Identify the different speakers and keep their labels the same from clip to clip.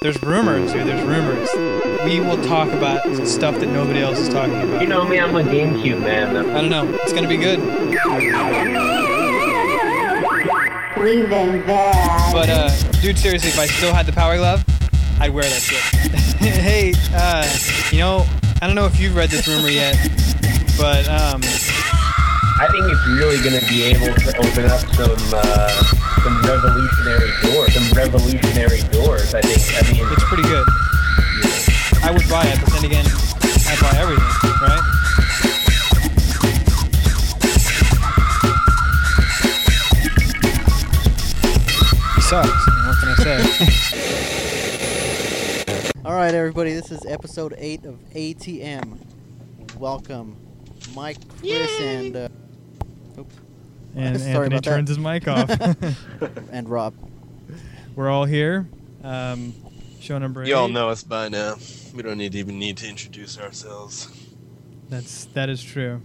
Speaker 1: There's rumors, dude. There's rumors. We will talk about stuff that nobody else is talking about.
Speaker 2: You know me, I'm a GameCube man.
Speaker 1: I don't know. It's gonna be good.
Speaker 3: Leave them there.
Speaker 1: But uh, dude, seriously, if I still had the power glove, I'd wear that shit. hey, uh, you know, I don't know if you've read this rumor yet, but um,
Speaker 2: I think it's really going to be able to open up some uh, some revolutionary doors. Some revolutionary doors. I think. I mean,
Speaker 1: it's pretty good. I would buy it, but then again, I buy everything, right? He sucks. What can I say?
Speaker 4: All right, everybody. This is episode eight of ATM. Welcome, Mike, Chris, and uh, oops,
Speaker 1: and Anthony
Speaker 4: Sorry about that.
Speaker 1: turns his mic off.
Speaker 4: and Rob.
Speaker 1: We're all here. Um, show number eight.
Speaker 5: You all know us by now. We don't need to even need to introduce ourselves.
Speaker 1: That's that is true.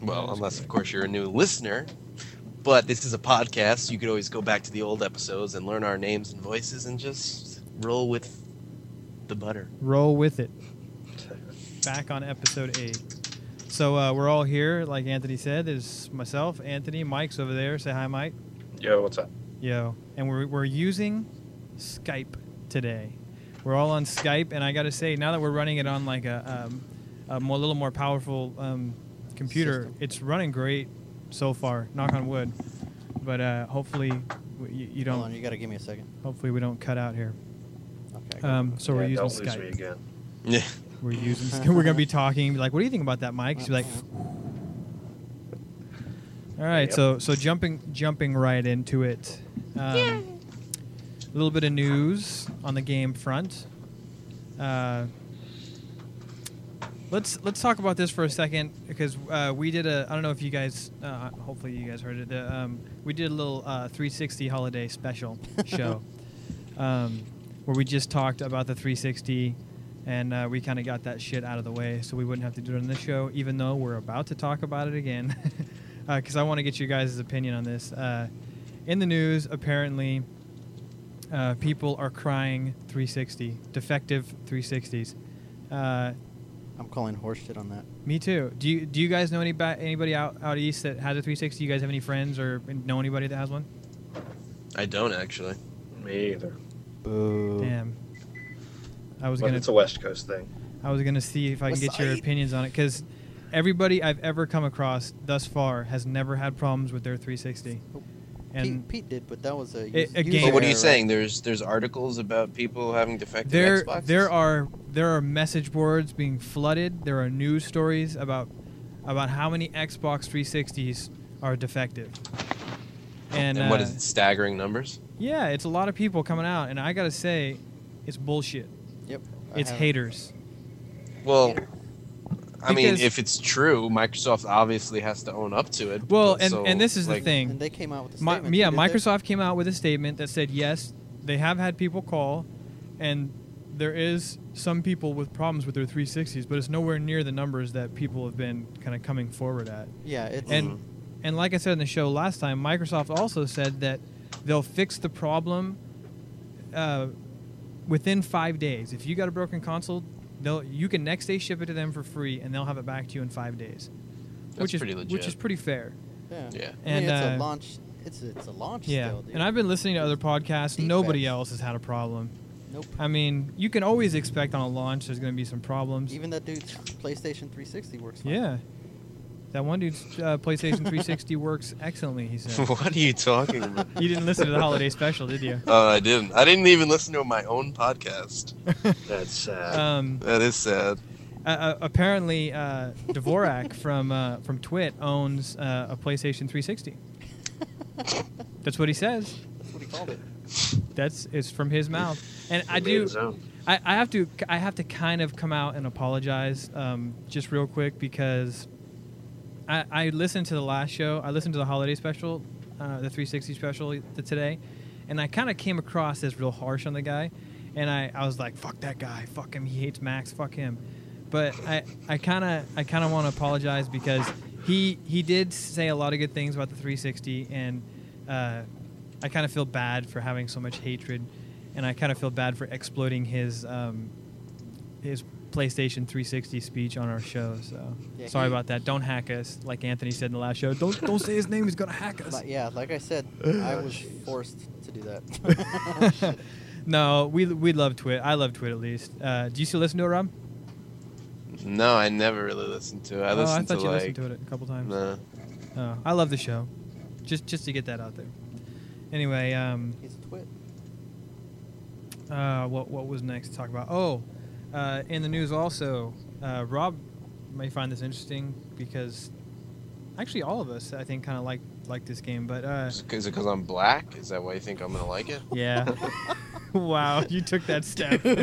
Speaker 5: Well, unless of course you're a new listener. But this is a podcast. so You could always go back to the old episodes and learn our names and voices and just roll with the butter.
Speaker 1: roll with it. Back on episode eight. So uh, we're all here, like Anthony said. There's myself, Anthony, Mike's over there. Say hi, Mike.
Speaker 6: Yo, what's up?
Speaker 1: Yo. And we're, we're using Skype today. We're all on Skype, and I got to say, now that we're running it on like a, um, a more, little more powerful um, computer,
Speaker 4: System.
Speaker 1: it's running great so far. Knock on wood. But uh, hopefully, w- you, you
Speaker 4: Hold on,
Speaker 1: don't.
Speaker 4: you gotta give me a second.
Speaker 1: Hopefully, we don't cut out here.
Speaker 4: Okay.
Speaker 1: Um, so we're
Speaker 6: Yeah,
Speaker 1: using
Speaker 6: don't
Speaker 1: Skype.
Speaker 6: lose me again.
Speaker 5: Yeah.
Speaker 1: We're using. we're gonna be talking. Be like, what do you think about that, Mike? She's like, all right.
Speaker 6: Yep.
Speaker 1: So so jumping jumping right into it. Um, A little bit of news on the game front. Uh, let's let's talk about this for a second because uh, we did a. I don't know if you guys. Uh, hopefully you guys heard it. Uh, um, we did a little uh, 360 holiday special show. um, where we just talked about the 360 and uh, we kind of got that shit out of the way so we wouldn't have to do it on this show even though we're about to talk about it again because i want to get you guys' opinion on this uh, in the news apparently uh, people are crying 360 defective 360s uh,
Speaker 4: I'm calling horseshit on that.
Speaker 1: me too do you do you guys know any ba- anybody out, out east that has a 360 you guys have any friends or know anybody that has one
Speaker 5: I don't actually.
Speaker 6: Me either.
Speaker 4: Boo.
Speaker 1: damn i was
Speaker 6: But
Speaker 1: gonna
Speaker 6: it's a West Coast thing.
Speaker 1: I was gonna see if I can get your
Speaker 4: Wasai.
Speaker 1: opinions on it because everybody I've ever come across thus far has never had problems with their 360.
Speaker 4: Pete,
Speaker 1: And
Speaker 4: Pete did, but that was a,
Speaker 1: A-
Speaker 4: us-
Speaker 1: a
Speaker 4: user
Speaker 1: game.
Speaker 5: But what
Speaker 4: error,
Speaker 5: are you
Speaker 4: right?
Speaker 5: saying? There's there's articles about people having defective
Speaker 1: there
Speaker 5: Xboxes?
Speaker 1: there are there are message boards being flooded. There are news stories about about how many Xbox 360s are defective. And,
Speaker 5: and, what
Speaker 1: uh,
Speaker 5: is it, staggering numbers?
Speaker 1: Yeah, it's a lot of people coming out, and I gotta say, it's bullshit.
Speaker 4: Yep. I
Speaker 1: It's
Speaker 4: have it.
Speaker 1: haters.
Speaker 5: Well, I mean,
Speaker 1: Because-
Speaker 5: if it's true, Microsoft obviously has to own up to it.
Speaker 1: Well,
Speaker 5: but
Speaker 1: and,
Speaker 5: so,
Speaker 1: and this is
Speaker 5: like,
Speaker 1: the thing.
Speaker 4: And they came out with a
Speaker 1: Mi-
Speaker 4: statement.
Speaker 1: yeah,
Speaker 4: too, didn't they?
Speaker 1: Microsoft came out with a statement that said yes, they have had people call, and there is some people with problems with their 360s, but it's nowhere near the numbers that people have been kind of coming forward at.
Speaker 4: Yeah, it's
Speaker 1: And
Speaker 5: Mm-hmm.
Speaker 1: and like I said in the show last time, Microsoft also said that they'll fix the problem uh, within five days. If you got a broken console, they'll you can next day ship it to them for free, and they'll have it back to you in five days,
Speaker 5: That's
Speaker 1: which is
Speaker 5: pretty legit.
Speaker 1: which is pretty fair.
Speaker 4: yeah.
Speaker 5: Yeah.
Speaker 4: I mean,
Speaker 1: And,
Speaker 4: it's
Speaker 1: uh,
Speaker 4: a launch. It's a, it's a launch.
Speaker 1: Yeah,
Speaker 4: Still, dude.
Speaker 1: and I've been listening to other podcasts. Nobody
Speaker 4: Defects.
Speaker 1: else has had a problem.
Speaker 4: Nope.
Speaker 1: I mean, you can always expect on a launch there's going to be some problems.
Speaker 4: Even that dude's PlayStation 360 works. Fine.
Speaker 1: yeah, that one dude's uh, PlayStation 360 works excellently. He said.
Speaker 5: what are you talking about?
Speaker 1: you didn't listen to the holiday special, did you?
Speaker 5: Oh, I didn't. I didn't even listen to my own podcast.
Speaker 6: That's uh, sad.
Speaker 1: Um,
Speaker 5: That is sad.
Speaker 1: uh, uh, apparently, uh, Dvorak from uh, from Twit owns uh, a PlayStation 360. That's what he says.
Speaker 4: That's what he called it.
Speaker 1: That's it's from his mouth, and
Speaker 6: He
Speaker 1: I
Speaker 6: made
Speaker 1: do.
Speaker 6: his own.
Speaker 1: I, I have to I have to kind of come out and apologize um, just real quick because I, I listened to the last show I listened to the holiday special uh, the 360 special to today and I kind of came across as real harsh on the guy and I, I was like fuck that guy fuck him he hates Max fuck him but I I kind of I kind of want to apologize because he he did say a lot of good things about the 360 and uh, I kind of feel bad for having so much hatred, and I kind of feel bad for exploiting his um, his PlayStation 360 speech on our show. So
Speaker 4: Yeah,
Speaker 1: sorry
Speaker 4: he-
Speaker 1: about that. Don't hack us, like Anthony said in the last show. Don't don't say his name. He's gonna hack us.
Speaker 4: But yeah, like I said, I
Speaker 1: Oh,
Speaker 4: was forced to do that.
Speaker 1: no, we we love Twit. I love Twit at least. Uh, do you still listen to it, Rob?
Speaker 5: No, I never really listened to it. I
Speaker 1: oh, I
Speaker 5: listened
Speaker 1: thought
Speaker 5: to
Speaker 1: you
Speaker 5: like
Speaker 1: listened to it a couple times.
Speaker 5: no.
Speaker 1: Oh, I love the show. Just just to get that out there. Anyway, um,
Speaker 4: He's a twit.
Speaker 1: uh, what what was next to talk about? Oh, uh, in the news also, uh, Rob may find this interesting because actually all of us I think kind of like like this game, but uh,
Speaker 5: Is it because I'm black? Is that why you think I'm gonna like it?
Speaker 1: yeah. wow, you took that step.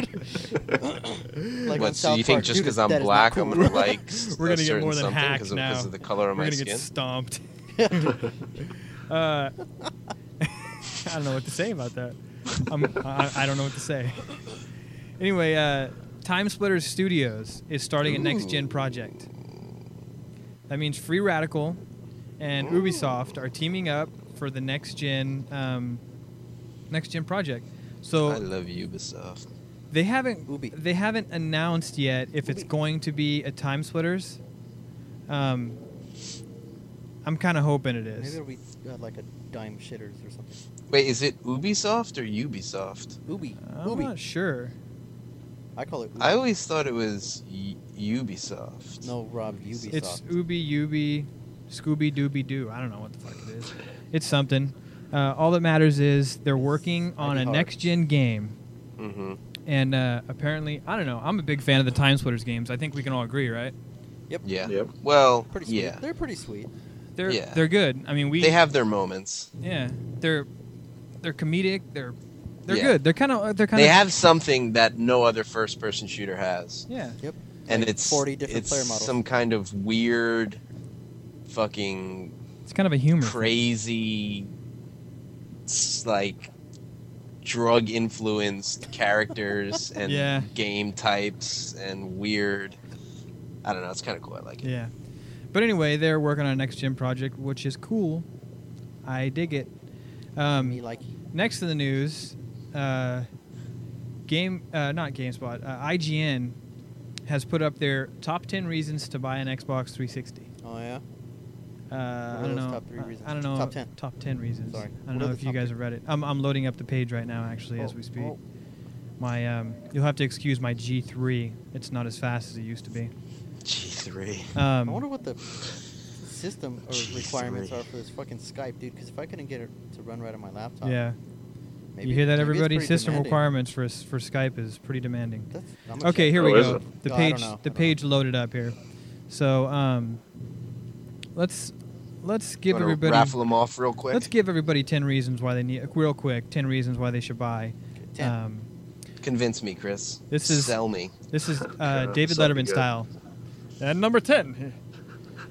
Speaker 4: Like on
Speaker 5: what, so you
Speaker 4: South
Speaker 5: think
Speaker 4: Park,
Speaker 5: just
Speaker 4: dude,
Speaker 5: because I'm
Speaker 4: that is not
Speaker 5: black, I'm
Speaker 4: cool.
Speaker 5: gonna like
Speaker 1: We're
Speaker 5: a
Speaker 1: gonna get
Speaker 5: certain
Speaker 1: more than
Speaker 5: something
Speaker 1: hacked
Speaker 5: because of,
Speaker 1: now.
Speaker 5: 'cause of the color
Speaker 1: We're
Speaker 5: of my
Speaker 1: gonna
Speaker 5: skin?
Speaker 1: get stomped. Uh, I don't know what to say about that. I'm, I, I don't know what to say. Anyway, uh, Time Splitters Studios is starting a next gen project. That means Free Radical and Ubisoft are teaming up for the next gen um, next gen project.
Speaker 5: I
Speaker 1: So
Speaker 5: love Ubisoft.
Speaker 1: they haven't
Speaker 4: Ubi.
Speaker 1: they haven't announced yet if it's
Speaker 4: Ubi.
Speaker 1: going to be a Time Splitters. Um, I'm kind of hoping it
Speaker 4: Maybe
Speaker 1: is.
Speaker 4: it'll be uh, like a dime shitters or something.
Speaker 5: Wait, is it Ubisoft or Ubisoft?
Speaker 4: Ubi.
Speaker 1: Uh, I'm
Speaker 4: Ubi.
Speaker 1: not sure.
Speaker 4: I call it Ubi.
Speaker 5: I always thought it was U- Ubisoft.
Speaker 4: no, Rob, Ubisoft.
Speaker 1: It's Ubi Ubi, Scooby Dooby Doo. I don't know what the fuck it is. It's something. Uh, all that matters is they're working on
Speaker 4: Mighty
Speaker 1: a
Speaker 4: hard.
Speaker 1: next gen game,
Speaker 5: Mm-hmm.
Speaker 1: and uh, apparently, I don't know. I'm a big fan of the Time Splitters games. I think we can all agree, right?
Speaker 5: Yeah.
Speaker 6: Yep.
Speaker 5: Well,
Speaker 4: pretty sweet.
Speaker 5: yeah.
Speaker 4: They're pretty sweet.
Speaker 1: They're
Speaker 5: Yeah.
Speaker 1: they're good. I mean, we
Speaker 5: They have their moments.
Speaker 1: yeah. They're they're comedic. They're they're
Speaker 5: Yeah.
Speaker 1: good. They're kind of they're kind
Speaker 5: They
Speaker 1: of
Speaker 5: have something that no other first-person shooter has,
Speaker 1: yeah.
Speaker 4: Yep.
Speaker 5: and
Speaker 4: Like
Speaker 5: it's
Speaker 4: 40 different
Speaker 5: it's
Speaker 4: player models.
Speaker 5: some kind of weird, fucking
Speaker 1: It's kind of a humor.
Speaker 5: crazy, s- like drug influenced characters and
Speaker 1: Yeah.
Speaker 5: game types and weird. I don't know. It's kind of cool. I like it.
Speaker 1: Yeah. But anyway, they're working on a next gen project, which is cool. I dig it. Um,
Speaker 4: Me like.
Speaker 1: next to the news, uh, game uh, not GameSpot, uh, IGN has put up their top ten reasons to buy an Xbox 360.
Speaker 4: Oh yeah.
Speaker 1: Uh, I
Speaker 4: are
Speaker 1: don't
Speaker 4: those
Speaker 1: know.
Speaker 4: top three
Speaker 1: I-
Speaker 4: reasons?
Speaker 1: I don't know.
Speaker 4: Top 10.
Speaker 1: Top 10 reasons.
Speaker 4: Sorry.
Speaker 1: I don't
Speaker 4: What are
Speaker 1: know
Speaker 4: the
Speaker 1: if you
Speaker 4: top
Speaker 1: guys are read it. I'm, I'm loading up the page right now, actually, as
Speaker 4: Oh,
Speaker 1: we speak.
Speaker 4: oh.
Speaker 1: My, um, you'll have to excuse my G3. It's not as fast as it used to be.
Speaker 5: G three.
Speaker 1: Um,
Speaker 4: I wonder what the system or
Speaker 5: Jeez,
Speaker 4: requirements
Speaker 5: Marie.
Speaker 4: are for this fucking Skype, dude. Because if I couldn't get it to run right on my laptop,
Speaker 1: yeah.
Speaker 4: Maybe,
Speaker 1: you hear that,
Speaker 4: maybe it's
Speaker 1: everybody?
Speaker 4: pretty
Speaker 1: System
Speaker 4: demanding.
Speaker 1: requirements for s- for Skype is pretty demanding.
Speaker 4: That's, I'm gonna
Speaker 1: Okay,
Speaker 4: check.
Speaker 1: here
Speaker 6: Oh,
Speaker 1: we
Speaker 6: is
Speaker 1: go.
Speaker 6: it?
Speaker 1: The
Speaker 4: No, I don't
Speaker 1: page
Speaker 4: know. I
Speaker 1: the
Speaker 4: don't
Speaker 1: page loaded up here. So um, let's let's give
Speaker 5: Wanna
Speaker 1: everybody
Speaker 5: raffle them off real quick.
Speaker 1: let's give everybody ten reasons why they need real quick ten reasons why they should buy.
Speaker 4: Ten.
Speaker 1: Um,
Speaker 5: Convince me, Chris.
Speaker 1: This is-
Speaker 5: sell me.
Speaker 1: this is uh,
Speaker 6: Okay,
Speaker 1: David
Speaker 6: sounds
Speaker 1: Letterman
Speaker 6: good.
Speaker 1: style. And number ten.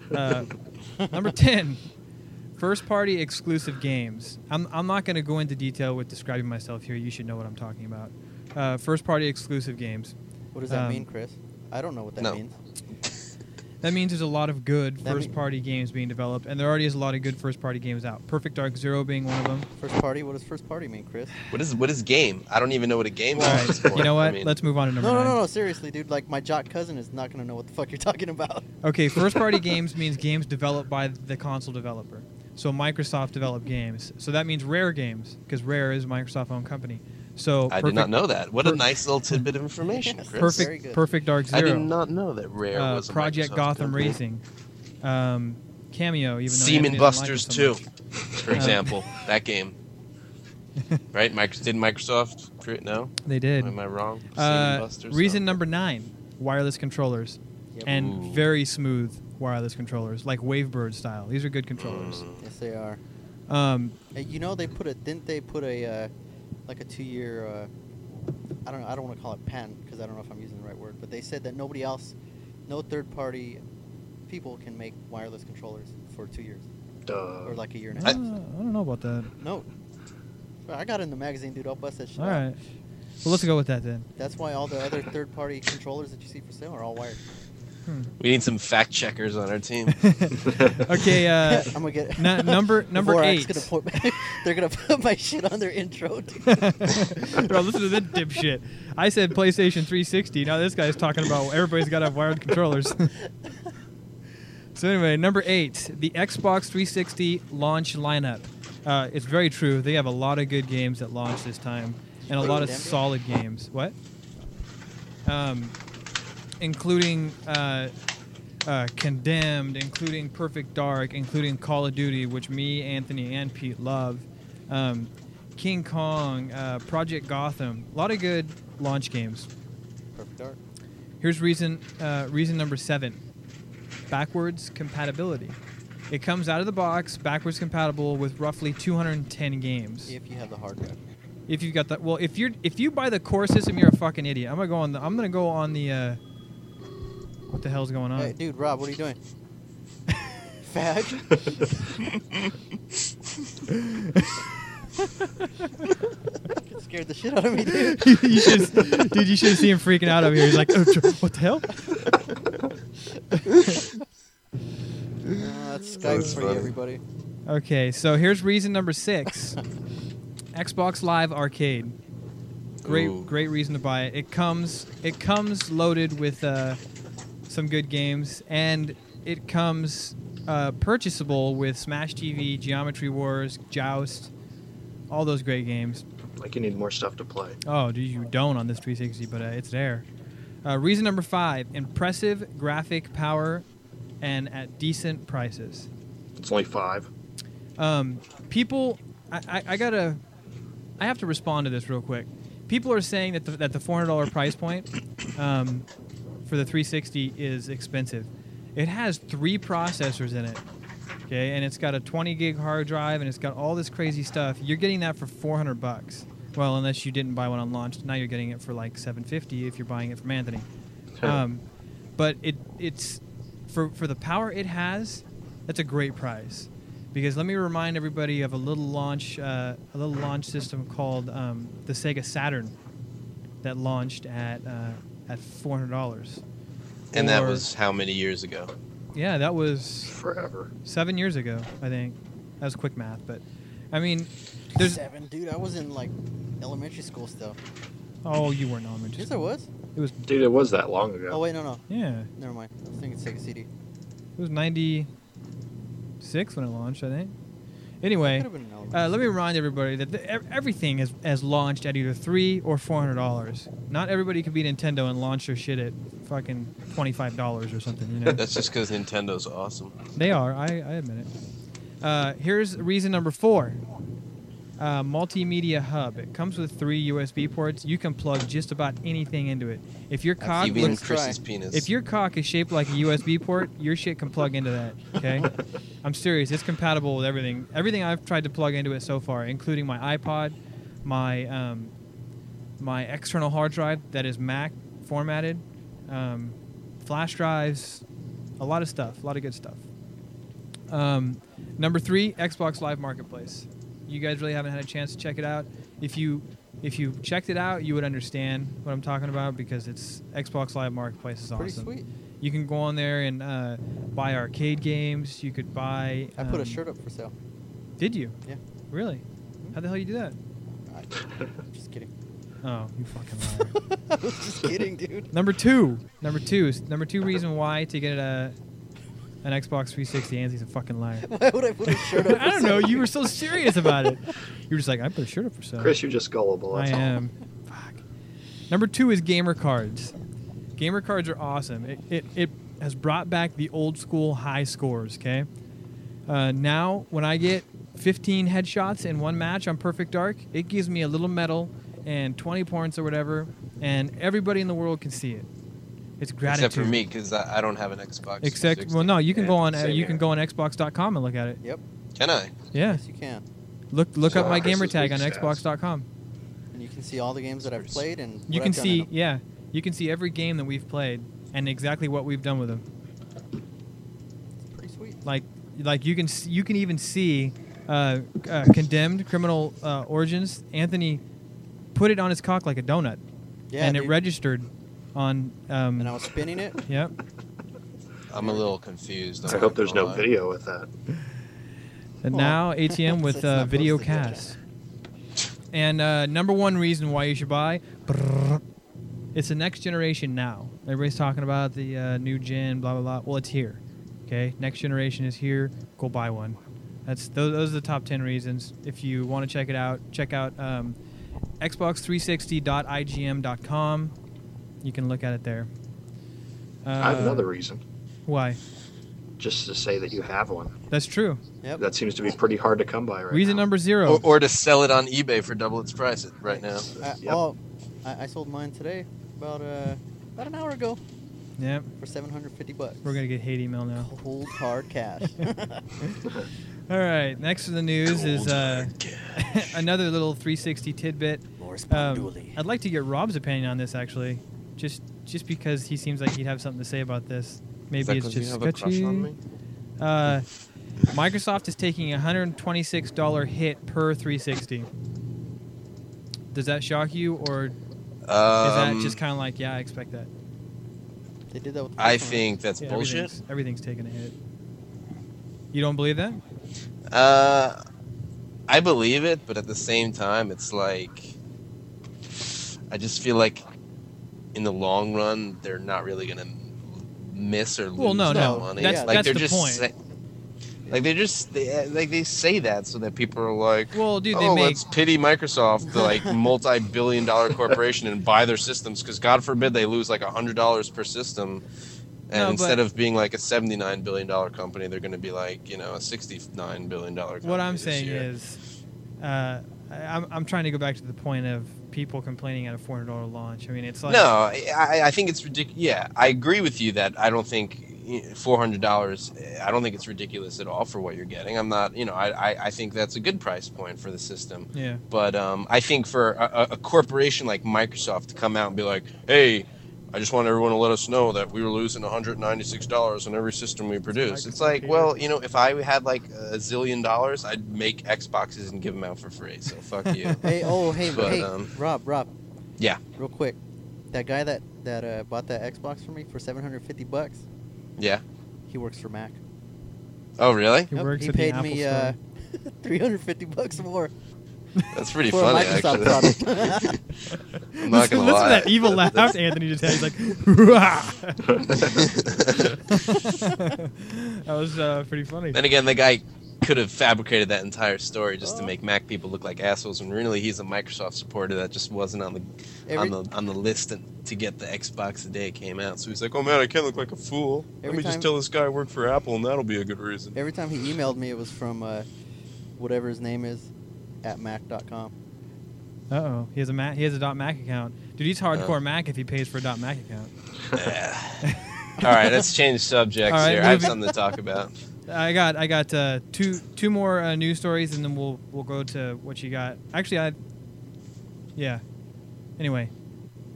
Speaker 1: Uh, number ten. First party exclusive games. I'm, I'm not going to go into detail with describing myself here. You should know what I'm talking about. Uh, first party exclusive games.
Speaker 4: What does that
Speaker 1: Um,
Speaker 4: mean, Chris? I don't know what that
Speaker 5: No.
Speaker 4: means.
Speaker 1: That means there's a lot of good
Speaker 4: That
Speaker 1: first
Speaker 4: mean-
Speaker 1: party games being developed, and there already is a lot of good first party games out. Perfect Dark Zero being one of them.
Speaker 4: First party. What does first party mean, Chris?
Speaker 5: What is what is game? I don't even know what a game
Speaker 1: All
Speaker 5: is. at this
Speaker 1: right,
Speaker 5: point.
Speaker 1: you know what?
Speaker 5: I mean,
Speaker 1: Let's move on to
Speaker 4: No,
Speaker 1: number
Speaker 4: no,
Speaker 1: nine.
Speaker 4: no, no. Seriously, dude. Like my jock cousin is not gonna know what the fuck you're talking about.
Speaker 1: Okay, first party games means games developed by the console developer. So Microsoft developed games. So that means Rare games, because Rare is a Microsoft owned company. So
Speaker 5: I
Speaker 1: Oh, perfect,
Speaker 5: did not know that. What a
Speaker 1: per-
Speaker 5: nice little tidbit of information,
Speaker 4: Yes,
Speaker 5: Chris.
Speaker 4: That's very
Speaker 1: Perfect,
Speaker 4: good.
Speaker 1: perfect Dark Zero.
Speaker 5: I did not know that Rare
Speaker 1: uh,
Speaker 5: was a
Speaker 1: Project
Speaker 5: Microsoft
Speaker 1: Gotham
Speaker 5: company.
Speaker 1: Racing. Um, Cameo, even though Anthony
Speaker 5: Seaman
Speaker 1: doesn't like it
Speaker 5: Busters
Speaker 1: so
Speaker 5: Two,
Speaker 1: much. Uh,
Speaker 5: for example, that game. Right? Microsoft did Microsoft create? No,
Speaker 1: They did.
Speaker 5: am I wrong? Seaman
Speaker 1: Uh,
Speaker 5: Busters, oh.
Speaker 1: reason
Speaker 5: no.
Speaker 1: number nine: wireless controllers
Speaker 4: Yep.
Speaker 1: and
Speaker 5: Ooh.
Speaker 1: very smooth wireless controllers, like Wavebird style. These are good controllers.
Speaker 4: Yes, they are.
Speaker 5: Mm.
Speaker 1: Um,
Speaker 4: Hey, you know they put a didn't they put a uh, like a two year uh, I don't know I don't want to call it patent because I don't know if I'm using the right word but they said that nobody else no third party people can make wireless controllers for two years
Speaker 6: Duh.
Speaker 4: or like a year
Speaker 1: I,
Speaker 4: and a
Speaker 5: I-
Speaker 4: half.
Speaker 1: don't know- I don't know about that.
Speaker 4: No, I got it in the magazine, dude. I'll bust that shit.
Speaker 1: All
Speaker 4: out.
Speaker 1: right, well let's go with that then.
Speaker 4: That's why all the other third party controllers that you see for sale are all wired.
Speaker 5: We need some fact checkers on our team.
Speaker 1: okay, uh,
Speaker 4: I'm gonna get
Speaker 1: nu- number number
Speaker 4: Dvorak's
Speaker 1: eight.
Speaker 4: Gonna put my, they're gonna put my shit on their intro. dude.
Speaker 1: Bro, listen to this dipshit. I said PlayStation 360. Now this guy's talking about everybody's got to have wired controllers. so anyway, number eight, the Xbox 360 launch lineup. Uh, it's very true. They have a lot of good games at launch this time, and a lot of
Speaker 4: Damn.
Speaker 1: solid games. What? Um, including uh, uh, Condemned, including Perfect Dark, including Call of Duty, which me, Anthony, and Pete love, um, King Kong, uh, Project Gotham, a lot of good launch games.
Speaker 4: Perfect art.
Speaker 1: Here's reason uh, reason number seven: backwards compatibility. It comes out of the box backwards compatible with roughly 210 games.
Speaker 4: If you have the hard drive.
Speaker 1: If you've got that, well, if you're if you buy the core system, you're a fucking idiot. I'm gonna go on the I'm gonna go on the uh, what the hell's going on?
Speaker 4: Hey, dude, Rob, what are you doing? Fag. It scared the shit out of me, dude.
Speaker 1: you should, dude, you should see him freaking out over here. He's like, oh, tr- what the hell?
Speaker 4: Uh, that's Skype
Speaker 5: was
Speaker 4: for
Speaker 5: funny.
Speaker 4: you, everybody.
Speaker 1: Okay, so here's reason number six: Xbox Live Arcade. Great,
Speaker 5: Ooh.
Speaker 1: great reason to buy it. It comes, it comes loaded with uh, some good games, and it comes uh, purchasable with Smash TV, Geometry Wars, Joust, all those great games.
Speaker 6: Like you need more stuff to play.
Speaker 1: Oh, dude, you don't on this 360, but uh, it's there. Uh, reason number five: impressive graphic power, and at decent prices.
Speaker 6: It's only five.
Speaker 1: Um, people, I, I, I gotta, I have to respond to this real quick. People are saying that the, that the four hundred dollar price point um, for the three sixty is expensive. It has three processors in it, okay, and it's got a twenty gig hard drive, and it's got all this crazy stuff. You're getting that for four hundred bucks. Well, unless you didn't buy one on launch, now you're getting it for like seven fifty if you're buying it from Anthony. Um, but it it's for for the power it has, that's a great prize. Because let me remind everybody of a little launch uh, a little launch system called um, the Sega Saturn that launched at uh, at four hundred dollars.
Speaker 5: and that was how many years ago?
Speaker 1: yeah, that was
Speaker 6: Forever.
Speaker 1: seven years ago, I think. That was quick math, but I mean, there's
Speaker 4: Seven, dude. I was in like elementary school still.
Speaker 1: oh you weren't on
Speaker 4: Yes,
Speaker 1: just
Speaker 4: I was.
Speaker 1: it was
Speaker 6: Dude, it was that long ago.
Speaker 4: Oh wait, no, no.
Speaker 1: yeah it
Speaker 4: Never mind. I was thinking Sega CD.
Speaker 1: was ninety six when it launched I think. Anyway,
Speaker 4: Could have been an elementary.
Speaker 1: Uh, let me remind everybody that the, ev- everything is, has launched at either three or four hundred dollars. Not everybody could be Nintendo and launch their shit at fucking twenty five dollars or something. You know,
Speaker 5: That's just because Nintendo's awesome.
Speaker 1: they are. I, I admit it. Uh, here's reason number four. Uh, multimedia hub. It comes with three USB ports. You can plug just about anything into it. If your cock
Speaker 5: You mean
Speaker 1: looks,
Speaker 4: try.
Speaker 5: Chris's penis?
Speaker 1: if your cock is shaped like a USB port, your shit can plug into that. Okay, I'm serious. It's compatible with everything. Everything I've tried to plug into it so far, including my iPod, my um, my external hard drive that is Mac formatted, um, flash drives, a lot of stuff, a lot of good stuff. Um, number three, Xbox Live Marketplace. You guys really haven't had a chance to check it out. If you if you checked it out, you would understand what I'm talking about because it's Xbox Live Marketplace is
Speaker 4: Pretty
Speaker 1: awesome.
Speaker 4: sweet.
Speaker 1: You can go on there and uh, buy arcade games. You could buy.
Speaker 4: I put
Speaker 1: um,
Speaker 4: a shirt up for sale.
Speaker 1: Did you?
Speaker 4: Yeah. Mm-hmm.
Speaker 1: Really? How the hell you do that?
Speaker 4: I, just kidding.
Speaker 1: Oh, you fucking liar.
Speaker 4: I was just kidding, dude.
Speaker 1: number two. Number two. Number two reason why to get a an Xbox 360. Anthony's a fucking liar.
Speaker 4: Why would I put a shirt up?
Speaker 1: I don't know. You were so serious about it. You were just like, I put a shirt up for sale.
Speaker 6: Chris, you're just gullible.
Speaker 1: I
Speaker 6: That's all.
Speaker 1: am. Fuck. Number two is gamer cards. Gamer cards are awesome. It, it, it has brought back the old school high scores, okay? Uh, now, when I get 15 headshots in one match on Perfect Dark, it gives me a little medal and 20 points or whatever, and everybody in the world can see it. It's gratitude.
Speaker 5: Except for me, because I, I don't have an Xbox.
Speaker 1: Except,
Speaker 5: 360.
Speaker 1: well, no, you can
Speaker 6: Yeah,
Speaker 1: go on. Uh,
Speaker 6: same
Speaker 1: you
Speaker 6: here.
Speaker 1: can go on Xbox.com and look at it.
Speaker 4: Yep.
Speaker 5: Can I?
Speaker 1: Yeah,
Speaker 4: Yes, you can.
Speaker 1: look look up
Speaker 6: Wow,
Speaker 1: my
Speaker 6: this is
Speaker 1: gamer tag on
Speaker 6: big stats.
Speaker 1: Xbox.com.
Speaker 4: And you can see all the games that I've played and what
Speaker 1: You
Speaker 4: I've
Speaker 1: can
Speaker 4: done in
Speaker 1: see,
Speaker 4: them.
Speaker 1: yeah, you can see every game that we've played and exactly what we've done with them.
Speaker 4: Pretty sweet.
Speaker 1: Like, like you can s- you can even see uh, uh, condemned criminal uh, origins. Anthony put it on his cock like a donut,
Speaker 4: Yeah.
Speaker 1: and it
Speaker 4: dude.
Speaker 1: registered on. Um,
Speaker 4: And I was spinning it.
Speaker 1: yep.
Speaker 5: I'm a little confused. I'm
Speaker 6: I
Speaker 5: not
Speaker 6: hope there's
Speaker 5: gonna
Speaker 6: no
Speaker 5: lie.
Speaker 6: video with that.
Speaker 1: And
Speaker 4: Aw.
Speaker 1: now ATM with
Speaker 4: It's
Speaker 1: uh,
Speaker 4: not
Speaker 1: video
Speaker 4: posted yet.
Speaker 1: cast. And uh, number one reason why you should buy, brrr, it's the next generation now. Everybody's talking about the uh, new gen, blah blah blah. Well, it's here. Okay, next generation is here. Go buy one. That's those, those are the top ten reasons. If you want to check it out, check out um, Xbox360.igm.com. You can look at it there. Uh,
Speaker 6: I have another reason,
Speaker 1: Why?
Speaker 6: just to say that you have one.
Speaker 1: That's true.
Speaker 4: Yep.
Speaker 6: That seems to be pretty hard to come by right
Speaker 1: reason
Speaker 6: now.
Speaker 1: number zero.
Speaker 5: Or, or to sell it on eBay for double its price right now.
Speaker 4: I,
Speaker 6: Yep.
Speaker 4: Oh, I, I sold mine today about uh, about an hour ago
Speaker 1: Yep.
Speaker 4: for 750 bucks.
Speaker 1: We're gonna get hate email now.
Speaker 4: cold hard cash.
Speaker 1: All right. Next in the news is uh, another little 360 tidbit.
Speaker 4: More
Speaker 1: Um, I'd like to get Rob's opinion on this actually, just just because he seems like he'd have something to say about this.
Speaker 5: Is that
Speaker 1: Maybe it's
Speaker 5: 'cause you
Speaker 1: just
Speaker 5: have a crush
Speaker 1: sketchy.
Speaker 5: on me?
Speaker 1: Uh, Microsoft is taking a $126 hit per 360. Does that shock you, or is
Speaker 5: Um,
Speaker 1: that just kind of like, yeah, I expect that?
Speaker 4: they did that with the
Speaker 5: I
Speaker 4: first one.
Speaker 5: think that's
Speaker 1: Yeah,
Speaker 5: bullshit.
Speaker 1: Everything's, everything's taking a hit. You don't believe that?
Speaker 5: Uh, I believe it, but at the same time, it's like I just feel like in the long run, they're not really gonna miss or lose
Speaker 1: Well, no,
Speaker 5: that
Speaker 4: no,
Speaker 5: money.
Speaker 4: that's-
Speaker 5: like
Speaker 1: that's
Speaker 5: they're
Speaker 1: the
Speaker 5: just
Speaker 1: point.
Speaker 5: sa- like they just they, like they say that so that people are like.
Speaker 1: Well, dude, they
Speaker 5: oh,
Speaker 1: make
Speaker 5: let's pity Microsoft, the like multi-billion-dollar corporation, and buy their systems because God forbid they lose like hundred dollars per system. And
Speaker 1: No,
Speaker 5: instead
Speaker 1: but-
Speaker 5: of being like a seventy-nine billion dollar company, they're going to be like you know a sixty-nine billion dollar. company
Speaker 1: What I'm
Speaker 5: this
Speaker 1: saying
Speaker 5: year.
Speaker 1: is, uh, I- I'm, I'm trying to go back to the point of people complaining at a $400 launch. I mean, it's like
Speaker 5: no, I- I, I think it's ridiculous. Yeah, I agree with you that I don't think four hundred dollars. I don't think it's ridiculous at all for what you're getting. I'm not, you know, I, I, I think that's a good price point for the system.
Speaker 1: Yeah.
Speaker 5: But um, I think for a, a- a corporation like Microsoft to come out and be like, hey, I just want everyone to let us know that we were losing $196 on every system we produce. It's like, well, you know, if I had like a zillion dollars, I'd make Xboxes and give them out for free. So fuck you.
Speaker 4: Hey, oh, hey,
Speaker 5: But,
Speaker 4: hey,
Speaker 5: um,
Speaker 4: Rob, Rob.
Speaker 5: Yeah.
Speaker 4: Real quick, that guy that that uh, bought that Xbox for me for 750 bucks,
Speaker 5: yeah.
Speaker 4: he works for Mac.
Speaker 5: Oh, really?
Speaker 1: he
Speaker 4: Yep,
Speaker 1: works
Speaker 4: he
Speaker 1: at
Speaker 4: paid
Speaker 1: the Apple
Speaker 4: me
Speaker 1: Store.
Speaker 4: uh, 350 bucks more
Speaker 5: That's pretty
Speaker 4: for
Speaker 5: funny,
Speaker 4: a Microsoft
Speaker 5: actually.
Speaker 4: product.
Speaker 5: I'm not
Speaker 1: listen
Speaker 5: gonna
Speaker 1: listen to
Speaker 5: lie.
Speaker 1: that evil laugh Anthony just had. He's like, "Hoo-ah." that was uh, pretty funny.
Speaker 5: then again, the guy could have fabricated that entire story just to
Speaker 4: Oh.
Speaker 5: make Mac people look like assholes, and really, he's a Microsoft supporter that just wasn't on the
Speaker 4: Every-
Speaker 5: on the on the list to get the Xbox the day it came out. So he's like, "Oh man, I can't look like a fool. Let
Speaker 4: Every
Speaker 5: me
Speaker 4: time-
Speaker 5: just tell this guy I work for Apple, and that'll be a good reason."
Speaker 4: Every time he emailed me, it was from uh, whatever his name is at mac.com.
Speaker 1: Uh oh, he has a Mac, he has a dot Mac account. Dude, he's
Speaker 5: Uh-huh.
Speaker 1: hardcore Mac if he pays for a dot Mac account.
Speaker 5: All right, let's change subjects
Speaker 1: All right,
Speaker 5: here. I have
Speaker 1: moving-
Speaker 5: something to talk about.
Speaker 1: I got I got uh, two two more uh, news stories, and then we'll we'll go to what you got. Actually, I yeah. Anyway,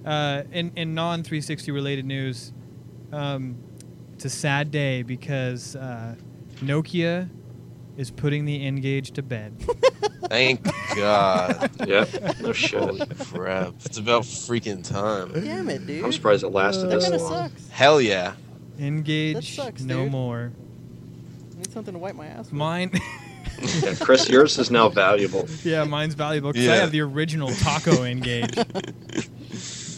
Speaker 1: uh, in in non 360 related news, um, it's a sad day because uh, Nokia is putting the Engage to bed.
Speaker 5: Thank God.
Speaker 6: Yep. No
Speaker 5: Holy
Speaker 6: shit.
Speaker 5: crap! It's about freaking time.
Speaker 4: Damn it, dude.
Speaker 6: I'm surprised it lasted
Speaker 4: that
Speaker 6: this
Speaker 4: kind
Speaker 6: long.
Speaker 4: of sucks.
Speaker 5: Hell yeah!
Speaker 1: Engage
Speaker 4: sucks,
Speaker 1: no
Speaker 4: dude.
Speaker 1: more.
Speaker 4: I need something to wipe my ass with.
Speaker 1: Mine,
Speaker 6: Yeah, Chris, yours is now valuable.
Speaker 1: yeah, mine's valuable because I
Speaker 5: Yeah.
Speaker 1: have the original Taco Engage.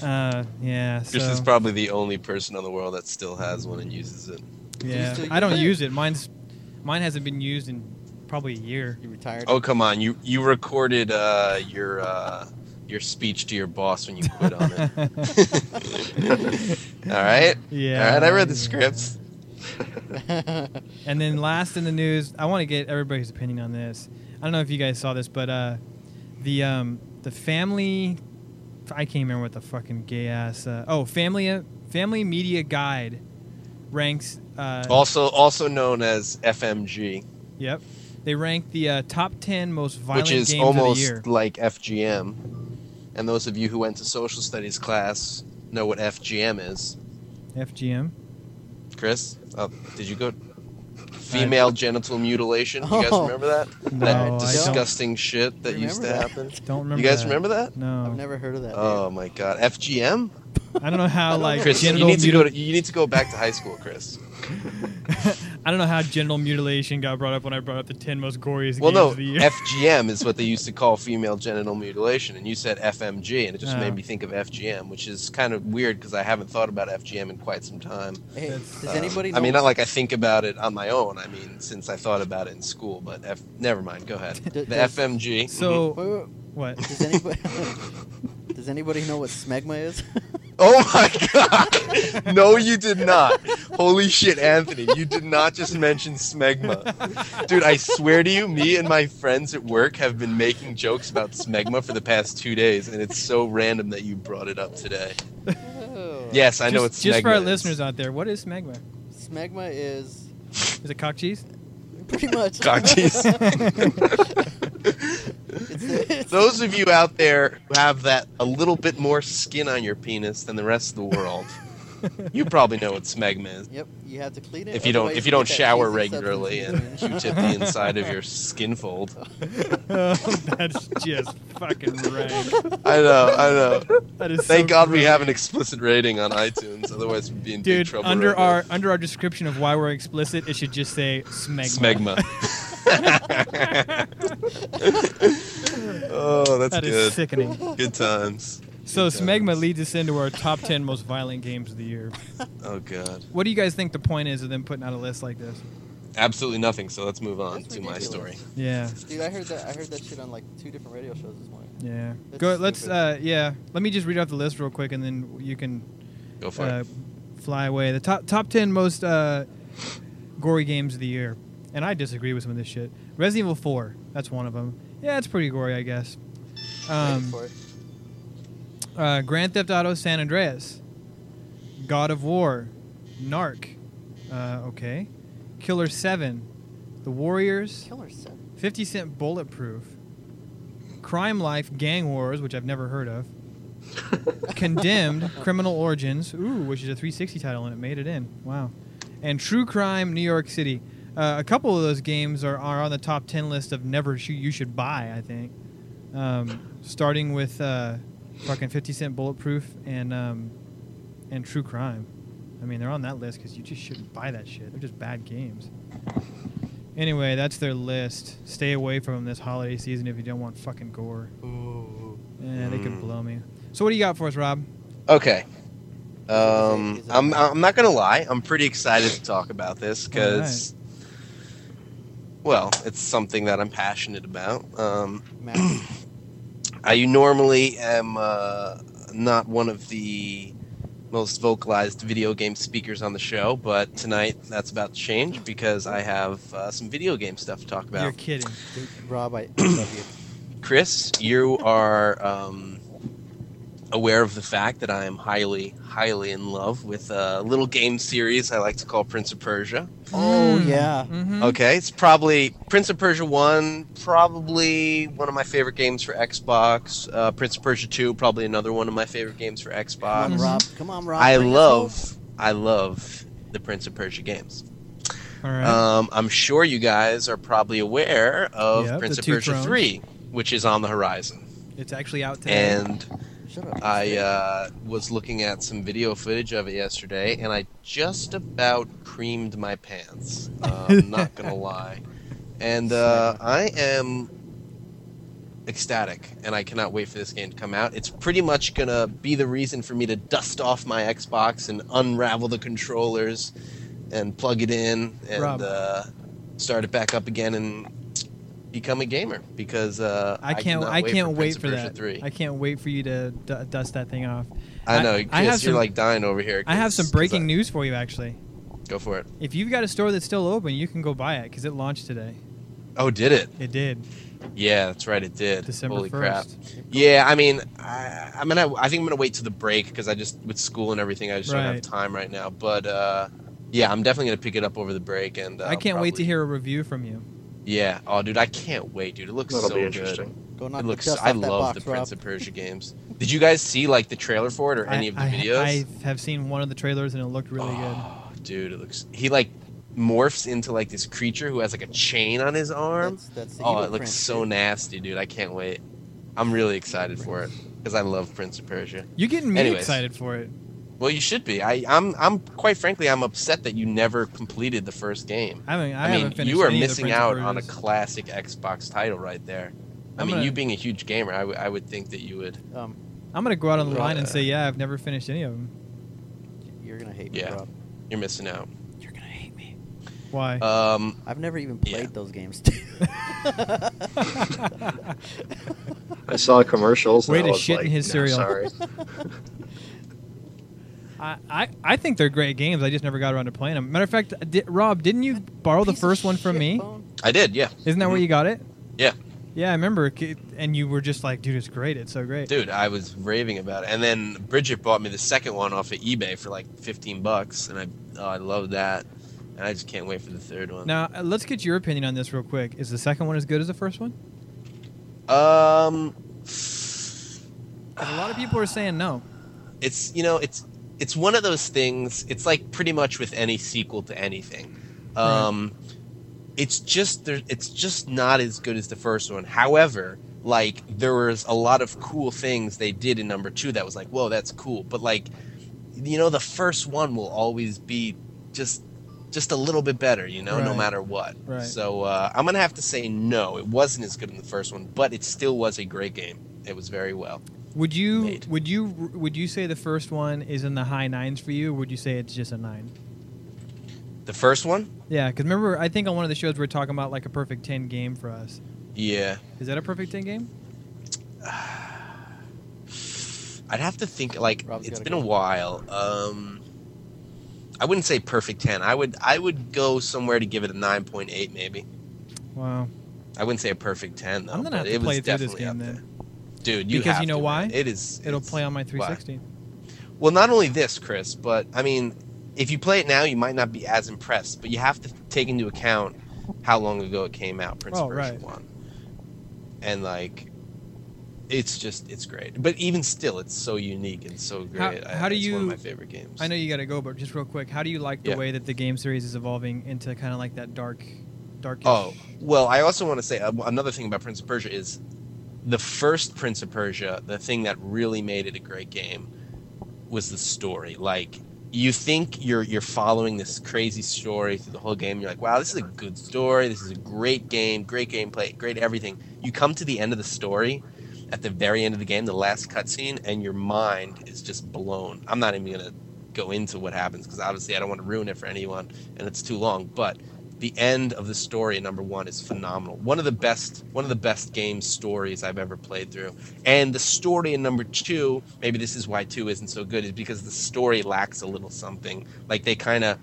Speaker 1: Uh, yeah. So.
Speaker 5: Chris is probably the only person in the world that still has one and uses it.
Speaker 1: Yeah,
Speaker 4: still
Speaker 1: I don't
Speaker 4: use it?
Speaker 1: use it. Mine's mine hasn't been used in probably a year.
Speaker 4: You retired.
Speaker 5: Oh come on, you you recorded uh, your uh, your speech to your boss when you quit on it. All right.
Speaker 1: Yeah.
Speaker 5: All right. I read the scripts.
Speaker 1: And then last in the news, I want to get everybody's opinion on this. I don't know if you guys saw this, but uh, the um, the family, I can't remember what the fucking gay ass. Uh, oh, family family media guide ranks. Uh,
Speaker 5: Also also known as FMG,
Speaker 1: Yep. They rank the uh, top ten most violent
Speaker 5: which is
Speaker 1: games of the year.
Speaker 5: almost like FGM. And those of you who went to social studies class know what FGM is.
Speaker 1: FGM.
Speaker 5: Chris, uh, did you go? Female genital mutilation. You guys
Speaker 4: Oh.
Speaker 5: remember that?
Speaker 1: No, I
Speaker 5: that
Speaker 1: don't.
Speaker 5: disgusting shit that used to
Speaker 4: Remember that.
Speaker 5: happen.
Speaker 1: Don't remember.
Speaker 5: You guys Oh
Speaker 1: that.
Speaker 5: remember that?
Speaker 1: No.
Speaker 4: I've never heard of that.
Speaker 5: Oh my god, FGM.
Speaker 1: I don't know how like
Speaker 5: Chris, you
Speaker 1: genital
Speaker 5: need to
Speaker 1: mutil-
Speaker 5: go. To, you need to go back to high school, Chris.
Speaker 1: I don't know how genital mutilation got brought up when I brought up the ten most goriest
Speaker 5: Well,
Speaker 1: games
Speaker 5: no,
Speaker 1: of the year.
Speaker 5: FGM is what they used to call female genital mutilation, and you said FMG, and it just
Speaker 1: Oh.
Speaker 5: made me think of FGM, which is kind of weird because I haven't thought about FGM in quite some time.
Speaker 4: Hey,
Speaker 1: That's- uh,
Speaker 4: does
Speaker 5: Um,
Speaker 4: anybody? Know
Speaker 5: I mean, not like I think about it on my own. I mean, since I thought about it in school, but F- never mind. Go ahead.
Speaker 4: D-
Speaker 5: The
Speaker 4: does-
Speaker 5: FMG.
Speaker 1: so
Speaker 4: Wait, wait,
Speaker 1: what?
Speaker 4: does anybody? does anybody know what smegma is?
Speaker 5: Oh my god! No, you did not. Holy shit, Anthony, you did not just mention smegma. Dude, I swear to you, me and my friends at work have been making jokes about smegma for the past two days, and it's so random that you brought it up today. Yes, I know
Speaker 1: just,
Speaker 5: it's smegma.
Speaker 1: just for our
Speaker 5: is.
Speaker 1: listeners out there. What is smegma?
Speaker 4: Smegma is
Speaker 1: Is it cock cheese?
Speaker 4: pretty much.
Speaker 5: God,
Speaker 4: It's,
Speaker 5: jeez.
Speaker 4: it's-
Speaker 5: Those of you out there who have that a little bit more skin on your penis than the rest of the world, you probably know what smegma is.
Speaker 4: Yep, you have to clean it.
Speaker 5: if you don't
Speaker 4: otherwise
Speaker 5: if
Speaker 4: get
Speaker 5: you don't
Speaker 4: that
Speaker 5: shower
Speaker 4: cheesy substance
Speaker 5: regularly
Speaker 4: in
Speaker 5: and
Speaker 4: between.
Speaker 5: q-tip the inside of your skin fold
Speaker 1: Oh, that's just fucking rank.
Speaker 5: i know i know
Speaker 1: That is
Speaker 5: thank
Speaker 1: so
Speaker 5: god we
Speaker 1: gross.
Speaker 5: have an explicit rating on itunes otherwise we'd be in big
Speaker 1: Dude,
Speaker 5: trouble
Speaker 1: under
Speaker 5: right
Speaker 1: our
Speaker 5: now.
Speaker 1: under our description of why we're explicit, it should just say smegma.
Speaker 5: smegma oh that's
Speaker 1: That is
Speaker 5: good
Speaker 1: sickening.
Speaker 5: good times
Speaker 1: So
Speaker 5: Good
Speaker 1: smegma
Speaker 5: times.
Speaker 1: leads us into our top ten most violent games of the year.
Speaker 5: oh god
Speaker 1: What do you guys think the point is of them putting out a list like this?
Speaker 5: absolutely nothing so let's move on
Speaker 4: That's
Speaker 5: to my
Speaker 4: ridiculous.
Speaker 5: story
Speaker 1: Yeah,
Speaker 4: Dude, I heard that I heard that shit on like two different radio shows this morning.
Speaker 1: yeah.
Speaker 4: That's
Speaker 1: Go. Let's.
Speaker 4: stupid.
Speaker 1: Uh, yeah. Let me just read off the list real quick, and then you can
Speaker 5: go for
Speaker 1: uh,
Speaker 5: it
Speaker 1: fly away. The top top ten most uh, gory games of the year, and I disagree with some of this shit. Resident Evil Four, that's one of them. Yeah, it's pretty gory, I guess.
Speaker 4: Waiting
Speaker 1: Um,
Speaker 4: for it.
Speaker 1: uh, Grand Theft Auto San Andreas, God of War, Narc, uh, okay, Killer Seven, The Warriors,
Speaker 4: Killer said.
Speaker 1: 50 Cent Bulletproof, Crime Life Gang Wars, which I've never heard of, Condemned Criminal Origins, ooh, which is a 360 title and it made it in. Wow. And True Crime New York City. Uh, a couple of those games are, are on the top 10 list of never sh- you should buy, I think. Um, starting with uh, fucking 50 Cent Bulletproof and, um, and True Crime. I mean, they're on that list because you just shouldn't buy that shit. They're just bad games. Anyway, that's their list. Stay away from 'em this holiday season if you don't want fucking gore. Yeah, they
Speaker 5: Mm.
Speaker 1: could blow me. So what do you got for us, Rob?
Speaker 5: Okay.
Speaker 4: Is it- is
Speaker 5: Um,
Speaker 4: it-
Speaker 5: I'm, I'm not going to lie. I'm pretty excited to talk about this because, well, it's something that I'm passionate about. Um,
Speaker 4: Matt,
Speaker 5: I normally am uh, not one of the most vocalized video game speakers on the show, but tonight that's about to change because I have uh, some video game stuff to talk about.
Speaker 1: You're kidding.
Speaker 4: dude, Rob, I love you.
Speaker 5: Chris, you are um, aware of the fact that I am highly, highly in love with a little game series I like to call Prince of Persia.
Speaker 4: Oh
Speaker 1: Mm.
Speaker 4: yeah.
Speaker 1: Mm-hmm.
Speaker 5: Okay, it's probably Prince of Persia 1, probably one of my favorite games for Xbox. Uh, Prince of Persia 2, probably another one of my favorite games for
Speaker 4: Come
Speaker 5: Xbox.
Speaker 4: on,
Speaker 1: Mhm.
Speaker 4: Rob. Come on, Rob.
Speaker 5: I
Speaker 4: bring us home.
Speaker 5: love, I love the Prince of Persia games.
Speaker 1: All right.
Speaker 5: Um, I'm sure you guys are probably aware of
Speaker 1: Yep,
Speaker 5: Prince
Speaker 1: the
Speaker 5: of
Speaker 1: two
Speaker 5: Persia
Speaker 1: thrones.
Speaker 5: 3, which is on the horizon.
Speaker 1: it's actually out today.
Speaker 5: And
Speaker 4: Shut up.
Speaker 5: I uh, was looking at some video footage of it yesterday, and I just about creamed my pants. Uh, I'm not gonna lie, and uh, I am ecstatic, and I cannot wait for this game to come out. It's pretty much gonna be the reason for me to dust off my Xbox and unravel the controllers, and plug it in,
Speaker 1: Rob.
Speaker 5: and uh, start it back up again, and become a gamer because uh,
Speaker 1: I can't.
Speaker 5: cannot
Speaker 1: I can't wait
Speaker 5: Prince of
Speaker 1: for
Speaker 5: Persia
Speaker 1: that. I can't wait for you to d- dust that thing off.
Speaker 5: I know.
Speaker 1: I-
Speaker 5: Chris,
Speaker 1: I have
Speaker 5: you're
Speaker 1: some-
Speaker 5: like dying over here.
Speaker 1: I have some
Speaker 5: 'cause- 'cause
Speaker 1: breaking
Speaker 5: I-
Speaker 1: news for you, actually.
Speaker 5: Go for it.
Speaker 1: If you've got a store that's still open, you can go buy it because it launched today.
Speaker 5: Oh, did it?
Speaker 1: It did,
Speaker 5: Yeah, that's right. It did.
Speaker 1: December
Speaker 5: Holy crap.
Speaker 1: first.
Speaker 5: Yeah, I mean, I, I'm gonna. I think I'm gonna wait to the break because I just with school and everything, I just don't have
Speaker 1: Right.
Speaker 5: time right now. But uh, yeah, I'm definitely gonna pick it up over the break. And uh,
Speaker 1: I can't wait to
Speaker 5: probably-
Speaker 1: hear a review from you.
Speaker 5: Yeah. Oh, dude, I can't wait, dude. It looks
Speaker 6: That'll
Speaker 5: so
Speaker 6: be
Speaker 5: good.
Speaker 6: interesting.
Speaker 4: Go knock
Speaker 5: It
Speaker 4: the
Speaker 5: looks.
Speaker 4: dust
Speaker 5: I
Speaker 4: off that
Speaker 5: love
Speaker 4: box,
Speaker 5: the Prince
Speaker 4: Rob.
Speaker 5: of Persia games. Did you guys see like the trailer for it or any
Speaker 1: I,
Speaker 5: of the
Speaker 1: I-
Speaker 5: videos?
Speaker 1: I have seen one of the trailers and it looked really
Speaker 5: Oh, dude, it looks. He like morphs into like this creature who has like a chain on his arm.
Speaker 4: That's, that's the
Speaker 5: Oh,
Speaker 4: evil
Speaker 5: it looks
Speaker 4: prince,
Speaker 5: so
Speaker 4: dude.
Speaker 5: nasty, dude. I can't wait. I'm really excited for it because I love Prince of Persia.
Speaker 1: good. You're getting me
Speaker 5: Anyways.
Speaker 1: excited for it.
Speaker 5: Well, you should be. I, I'm. I'm quite frankly, I'm upset that you never completed the first game.
Speaker 1: I haven't. I,
Speaker 5: I, mean,
Speaker 1: haven't finished.
Speaker 5: you are
Speaker 1: any of the
Speaker 5: missing
Speaker 1: Prince of
Speaker 5: out on a
Speaker 1: Persia's.
Speaker 5: classic Xbox title right there. I
Speaker 1: I'm
Speaker 5: mean,
Speaker 1: gonna-
Speaker 5: you being a huge gamer, I, w- I would think that you would.
Speaker 4: Um,
Speaker 1: I'm gonna go out on the
Speaker 5: Right.
Speaker 1: line and say, yeah, I've never finished any of them.
Speaker 4: you're gonna hate
Speaker 5: Yeah.
Speaker 4: me, Rob.
Speaker 5: You're missing out.
Speaker 4: You're gonna hate me.
Speaker 1: Why?
Speaker 5: Um,
Speaker 4: I've never even
Speaker 5: Yeah.
Speaker 4: played those games.
Speaker 6: I saw commercials.
Speaker 1: Way
Speaker 6: and I
Speaker 1: to
Speaker 6: was
Speaker 1: shit in
Speaker 6: like,
Speaker 1: his
Speaker 6: no,
Speaker 1: cereal.
Speaker 6: Sorry.
Speaker 1: I, I, I think they're great games. I just never got around to playing them. Matter of fact, di- Rob, didn't you borrow the
Speaker 4: Piece of
Speaker 1: first one from
Speaker 4: shit
Speaker 1: me?
Speaker 4: phone.
Speaker 5: I did. Yeah,
Speaker 1: Isn't that where you got it?
Speaker 5: Mm-hmm. Yeah.
Speaker 1: Yeah, I remember. K- And you were just like, dude, it's great. It's so great.
Speaker 5: dude, I was raving about it. And then Bridget bought me the second one off of eBay for like 15 bucks, and I, oh, I love that. And I just can't wait for the third one.
Speaker 1: Now, uh, let's get your opinion on this real quick. Is the second one as good as the first one?
Speaker 5: Um,
Speaker 1: 'Cause a lot of people are saying no.
Speaker 5: it's you know it's it's one of those things it's like pretty much with any sequel to anything um it's just there it's just not as good as the first one however like there was a lot of cool things they did in number two that was like whoa that's cool but like you know the first one will always be just just a little bit better you know no
Speaker 1: Right.
Speaker 5: matter what
Speaker 1: Right.
Speaker 5: so uh, i'm gonna have to say no it wasn't as good in the first one but it still was a great game it was very well
Speaker 1: Would you
Speaker 5: Made.
Speaker 1: would you would you say the first one is in the high nines for you? Or would you say it's just a nine?
Speaker 5: the first one
Speaker 1: Yeah, because remember, I think on one of the shows we were talking about like a perfect ten game for us.
Speaker 5: yeah
Speaker 1: Is that a perfect ten game?
Speaker 5: I'd have to think. Like
Speaker 4: Rob's
Speaker 5: it's
Speaker 4: gotta
Speaker 5: been
Speaker 4: go.
Speaker 5: a while. Um, I wouldn't say perfect ten. I would I would go somewhere to give it a nine point eight maybe.
Speaker 1: Wow.
Speaker 5: I wouldn't say a perfect ten though.
Speaker 1: I'm gonna have
Speaker 5: but
Speaker 1: to
Speaker 5: it was
Speaker 1: play through this
Speaker 5: definitely
Speaker 1: game
Speaker 5: up
Speaker 1: then.
Speaker 5: there. dude. You
Speaker 1: Because
Speaker 5: have
Speaker 1: you know
Speaker 5: to,
Speaker 1: why?
Speaker 5: man. It is.
Speaker 1: It'll
Speaker 5: it's-
Speaker 1: play on my
Speaker 5: why?
Speaker 1: 360.
Speaker 5: Well, not only this, Chris, but I mean, if you play it now, you might not be as impressed. But you have to take into account how long ago it came out, Prince
Speaker 1: Oh,
Speaker 5: of Persia
Speaker 1: right.
Speaker 5: One, and like. It's just, it's great. But even still, it's so unique and so great. I-
Speaker 1: how do
Speaker 5: it's one of
Speaker 1: you-
Speaker 5: my favorite games.
Speaker 1: I know you got to go, but just real quick, how do you like the
Speaker 5: Yeah.
Speaker 1: way that the game series is evolving into kind of like that dark, dark?
Speaker 5: Oh, well, I also want to say uh, another thing about Prince of Persia is the first Prince of Persia, the thing that really made it a great game was the story. Like, you think you're you're following this crazy story through the whole game. You're like, wow, this is a good story. This is a great game, great gameplay, great everything. You come to the end of the story, at the very end of the game, the last cutscene, and your mind is just blown. I'm not even gonna go into what happens because obviously I don't want to ruin it for anyone, and it's too long. But the end of the story in number one is phenomenal. One of the best, one of the best game stories I've ever played through. And the story in number two, maybe this is why two isn't so good, is because the story lacks a little something. Like they kind of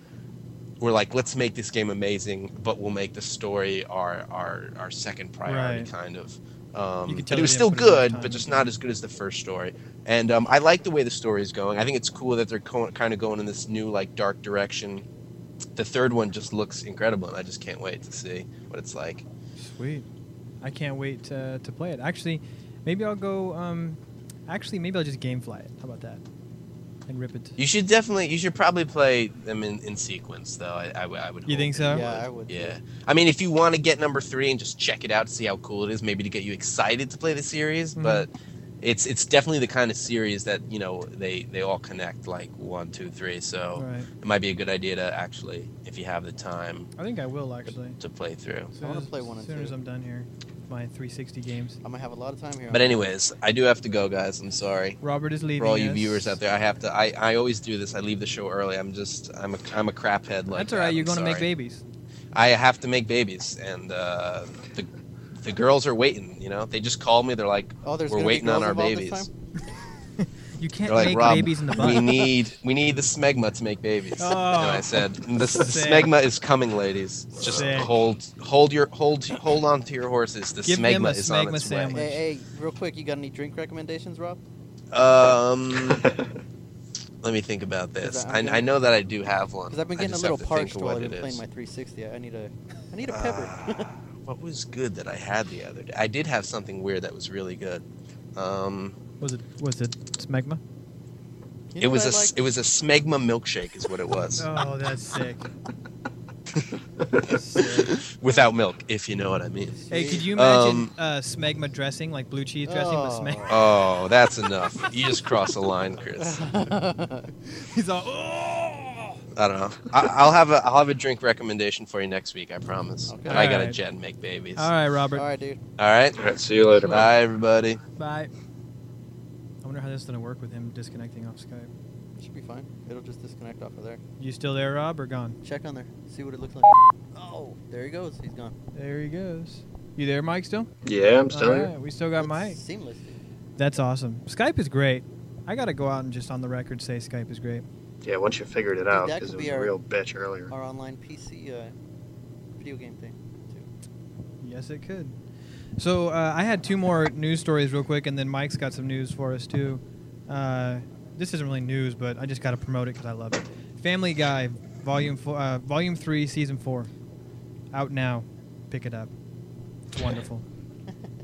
Speaker 5: were like, let's make this game amazing, but we'll make the story our our, our second priority,
Speaker 1: Right.
Speaker 5: kind of. Um,
Speaker 1: You could
Speaker 5: but
Speaker 1: tell
Speaker 5: it was
Speaker 1: they
Speaker 5: still
Speaker 1: didn't put as much
Speaker 5: good,
Speaker 1: time
Speaker 5: but just
Speaker 1: into
Speaker 5: not
Speaker 1: it.
Speaker 5: as good as the first story. And um, I like the way the story is going. I think it's cool that they're co- kind of going in this new like dark direction. The third one just looks incredible, and I just can't wait to see what it's like.
Speaker 1: sweet! I can't wait to, to play it. Actually, maybe I'll go. Um, actually, maybe I'll just gamefly it. How about that? And rip it.
Speaker 5: You should definitely, you should probably play them in, in sequence, though. I, I, would- I would.
Speaker 1: You
Speaker 5: hope.
Speaker 1: think so?
Speaker 4: Yeah, I would.
Speaker 5: Yeah. I mean, if you want to get number three and just check it out to see how cool it is, maybe to get you excited to play the series,
Speaker 1: Mhm.
Speaker 5: but it's it's definitely the kind of series that you know they they all connect like one, two, three. So
Speaker 1: Right.
Speaker 5: it might be a good idea to actually, if you have the time,
Speaker 1: I think I will actually.
Speaker 5: to play through.
Speaker 1: As
Speaker 4: I wanna
Speaker 1: soon as-
Speaker 4: play one and
Speaker 1: soon
Speaker 4: two.
Speaker 1: as I'm done here, with my 360 games.
Speaker 4: I'm gonna have a lot of time here.
Speaker 5: But
Speaker 4: on-
Speaker 5: anyways, I do have to go, guys. I'm sorry.
Speaker 1: Robert is leaving.
Speaker 5: For all you
Speaker 1: us.
Speaker 5: viewers out there, I have to. I, I always do this. I leave the show early. I'm just. I'm a. I'm a crap head. Like
Speaker 1: That's all right.
Speaker 5: that.
Speaker 1: You're
Speaker 5: I'm
Speaker 1: going to make
Speaker 5: sorry.
Speaker 1: babies.
Speaker 5: I have to make babies, and uh, the the girls are waiting. You know, they just call me. They're like,
Speaker 4: Oh, there's
Speaker 5: "We're
Speaker 4: gonna be
Speaker 5: waiting on
Speaker 4: girls
Speaker 5: our
Speaker 4: involved
Speaker 5: babies."
Speaker 4: this
Speaker 1: You can't
Speaker 5: They're like,
Speaker 1: make
Speaker 5: "Rob,
Speaker 1: babies in the
Speaker 5: we
Speaker 1: butt.
Speaker 5: need we need the smegma to make babies."
Speaker 1: Oh.
Speaker 5: and I said, "The, s- the
Speaker 1: Sick.
Speaker 5: smegma is coming, ladies. Just
Speaker 1: Sick.
Speaker 5: hold hold your hold hold on to your horses. The
Speaker 1: Give
Speaker 5: smegma
Speaker 1: them a
Speaker 5: is on
Speaker 1: smegma
Speaker 5: its
Speaker 1: sandwich.
Speaker 4: Hey, hey, real quick, you got any drink recommendations, Rob?
Speaker 5: way." Um, let me think about
Speaker 4: 'Cause
Speaker 5: this. I,
Speaker 4: I'm
Speaker 5: I know that I do have one.
Speaker 4: Because I've been
Speaker 5: I
Speaker 4: getting a
Speaker 5: just
Speaker 4: little
Speaker 5: have to think
Speaker 4: parched
Speaker 5: of
Speaker 4: while I've
Speaker 5: what
Speaker 4: been
Speaker 5: it
Speaker 4: playing
Speaker 5: is. Uh,
Speaker 4: my 360. I need a, I need a pepper.
Speaker 5: What was good that I had the other day? I did have something weird that was really good. Um,
Speaker 1: Was it was it smegma?
Speaker 4: You
Speaker 5: it
Speaker 4: know
Speaker 5: was
Speaker 4: what I'd
Speaker 5: a s-
Speaker 4: like?
Speaker 5: it was a smegma milkshake is what it was.
Speaker 1: Oh, that's sick.
Speaker 5: without milk, if you know what I mean.
Speaker 1: Hey,
Speaker 4: Sweet.
Speaker 1: could you imagine
Speaker 5: Um,
Speaker 1: uh, smegma dressing, like blue cheese dressing, but
Speaker 4: Oh.
Speaker 1: smegma?
Speaker 5: Oh, that's enough. You just crossed the line, Chris.
Speaker 1: He's all, oh!
Speaker 5: I don't know. I, I'll have a I'll have a drink recommendation for you next week. I promise.
Speaker 4: Okay.
Speaker 5: I gotta
Speaker 1: Alright.
Speaker 5: jet and make babies.
Speaker 1: All right,
Speaker 4: All
Speaker 1: Robert.
Speaker 4: right, dude.
Speaker 5: All right.
Speaker 6: All right, see you later, man.
Speaker 5: Bye, everybody.
Speaker 1: Bye. I wonder how this is going to work with him disconnecting off Skype.
Speaker 4: Should be fine. It'll just disconnect off of there.
Speaker 1: You still there, Rob, or gone?
Speaker 4: Check on there. See what it looks like. Oh, there he goes. He's gone.
Speaker 1: There he goes. You there, Mike, still?
Speaker 6: Yeah, I'm still
Speaker 1: All
Speaker 6: here.
Speaker 1: right, we still got
Speaker 4: It's
Speaker 1: Mike.
Speaker 4: Seamless. dude.
Speaker 1: That's awesome. Skype is great. I got to go out and just on the record say Skype is great.
Speaker 6: Yeah, once you figured it
Speaker 4: Dude,
Speaker 6: out,
Speaker 4: that
Speaker 6: because
Speaker 4: could
Speaker 6: it
Speaker 4: be
Speaker 6: was a
Speaker 4: our-
Speaker 6: real bitch earlier.
Speaker 4: Our online PC uh, video game thing. Too.
Speaker 1: Yes, it could. So uh, I had two more news stories real quick, and then Mike's got some news for us too. Uh, this isn't really news, but I just got to promote it because I love it. Family Guy, volume four, uh, volume three, season four, out now. Pick it up. It's wonderful.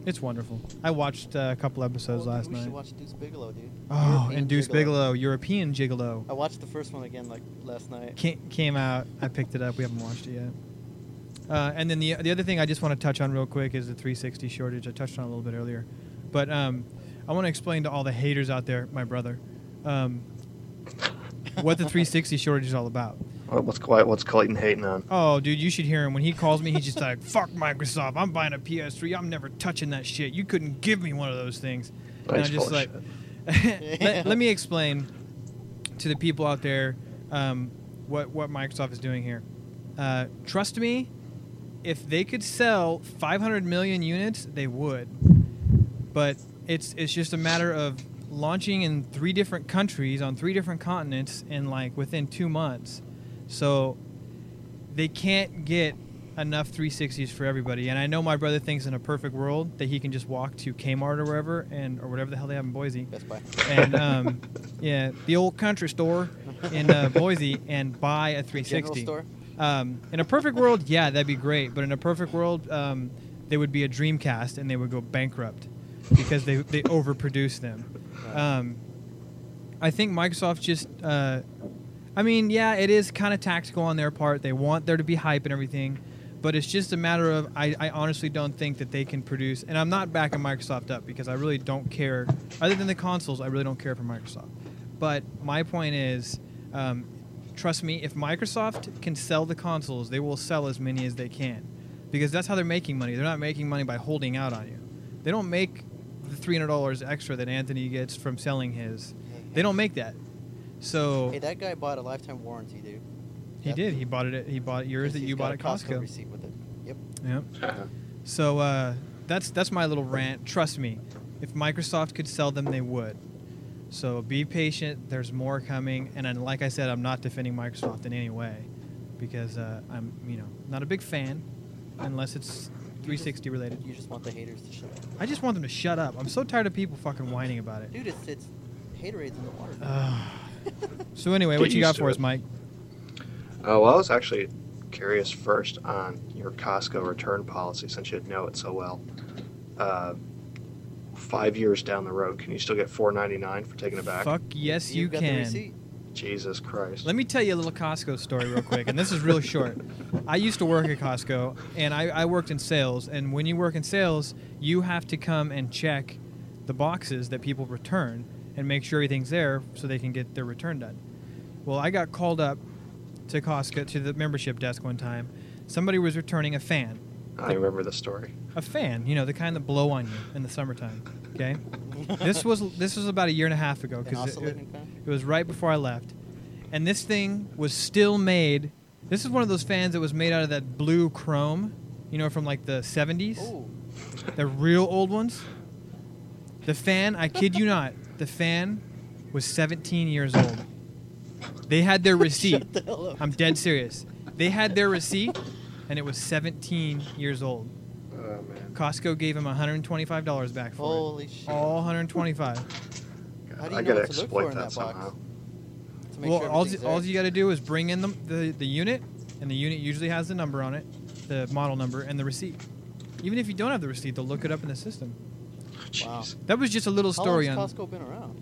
Speaker 1: it's wonderful. I watched uh, a couple episodes
Speaker 4: Oh, dude,
Speaker 1: last
Speaker 4: we
Speaker 1: night.
Speaker 4: should watch Deuce Bigelow, dude.
Speaker 1: oh,
Speaker 4: European
Speaker 1: and Deuce Bigelow, European Gigolo,
Speaker 4: I watched the first one again like last night.
Speaker 1: ca- came out. I picked it up. We haven't watched it yet. Uh, and then the the other thing I just want to touch on real quick is the 360 shortage. I touched on it a little bit earlier, but um, I want to explain to all the haters out there, my brother, um, what the 360 shortage is all about.
Speaker 6: What- What's quiet? What's Clayton hating on?
Speaker 1: Oh, dude, you should hear him when he calls me. He's just like, "Fuck Microsoft! I'm buying a PS3. I'm never touching that shit. You couldn't give me one of those things." And
Speaker 6: Nice
Speaker 1: I'm just
Speaker 6: full of
Speaker 1: like, let, let me explain to the people out there um, what what Microsoft is doing here. Uh, trust me, if they could sell 500 million units, they would. But it's it's just a matter of launching in three different countries on three different continents in like within two months. So they can't get enough 360s for everybody. And I know my brother thinks in a perfect world that he can just walk to Kmart or wherever and or whatever the hell they have in Boise
Speaker 4: Best Buy.
Speaker 1: and um, yeah, the old country store in uh, Boise and buy a 360.
Speaker 4: General store.
Speaker 1: Um, in a perfect world, yeah, that'd be great. But in a perfect world, um, they would be a Dreamcast and they would go bankrupt because they they overproduce them. Um, I think Microsoft just. Uh, I mean, yeah, it is kind of tactical on their part. They want there to be hype and everything, but it's just a matter of I, I honestly don't think that they can produce. And I'm not backing Microsoft up because I really don't care. Other than the consoles, I really don't care for Microsoft. But my point is, um, trust me, if Microsoft can sell the consoles, they will sell as many as they can, because that's how they're making money. They're not making money by holding out on you. They don't make the three hundred dollars extra that Anthony gets from selling his. They don't make that. So
Speaker 4: Hey, that guy bought a lifetime warranty, dude.
Speaker 1: Oh. he did. He bought it. At, he bought yours that
Speaker 4: He's
Speaker 1: you
Speaker 4: got
Speaker 1: bought
Speaker 4: a
Speaker 1: at Costco.
Speaker 4: receipt with it. Yep.
Speaker 1: Yep. So uh, that's that's my little rant. Trust me, if Microsoft could sell them, they would. So be patient. There's more coming. And then, like I said, I'm not defending Microsoft in any way, because uh, I'm you know not a big fan, unless it's 360 related.
Speaker 4: You just want the haters to shut up.
Speaker 1: I just want them to shut up. I'm so tired of people fucking whining about it.
Speaker 4: Dude, it's it's haterades in the water.
Speaker 1: Ugh. so anyway,
Speaker 6: Get
Speaker 1: what you
Speaker 6: used
Speaker 1: got
Speaker 6: to
Speaker 1: for
Speaker 6: it.
Speaker 1: us, Mike?
Speaker 6: Uh, well, I was actually curious first on your Costco return policy since you know it so well. Uh, five years down the road, can you still get four ninety nine for taking it back?
Speaker 1: Fuck yes, you
Speaker 4: You've got The
Speaker 1: can.
Speaker 4: receipt.
Speaker 6: Jesus Christ!
Speaker 1: Let me tell you a little Costco story real quick, and this is real short. I used to work at Costco, and I, I worked in sales. And when you work in sales, you have to come and check the boxes that people return and make sure everything's there so they can get their return done. Well, I got called up to Costco to the membership desk one time. Somebody was returning a fan,
Speaker 6: I remember the story.
Speaker 1: a fan, you know, the kind that blow on you in the summertime. Okay, this was this was about a year and a half ago
Speaker 4: An
Speaker 1: because
Speaker 4: oscillating fan.
Speaker 1: it was right before I left. And this thing was still made. This is one of those fans that was made out of that blue chrome, you know, from like the 70s,
Speaker 4: Oh,
Speaker 1: the real old ones. The fan, I kid you not, the fan was 17 years old. They had their receipt.
Speaker 4: shut the hell up.
Speaker 1: I'm dead serious. They had their receipt, and it was 17 years old.
Speaker 6: Oh man,
Speaker 1: Costco gave him $125 back for
Speaker 4: Holy shit!
Speaker 1: it. All 125.
Speaker 4: How do you
Speaker 6: I
Speaker 4: know
Speaker 6: gotta
Speaker 4: what to look for
Speaker 6: exploit
Speaker 4: in
Speaker 6: that,
Speaker 4: that box?
Speaker 6: somehow.
Speaker 4: To make
Speaker 1: Well,
Speaker 4: sure
Speaker 1: all,
Speaker 4: everything's
Speaker 1: all
Speaker 4: there.
Speaker 1: you got to do is bring in the, the, the unit, and the unit usually has the number on it, the model number, and the receipt. Even if you don't have the receipt, they'll look it up in the system.
Speaker 4: Wow.
Speaker 6: Jeez.
Speaker 1: That was just a little story
Speaker 4: How
Speaker 1: on
Speaker 4: long's Costco been around?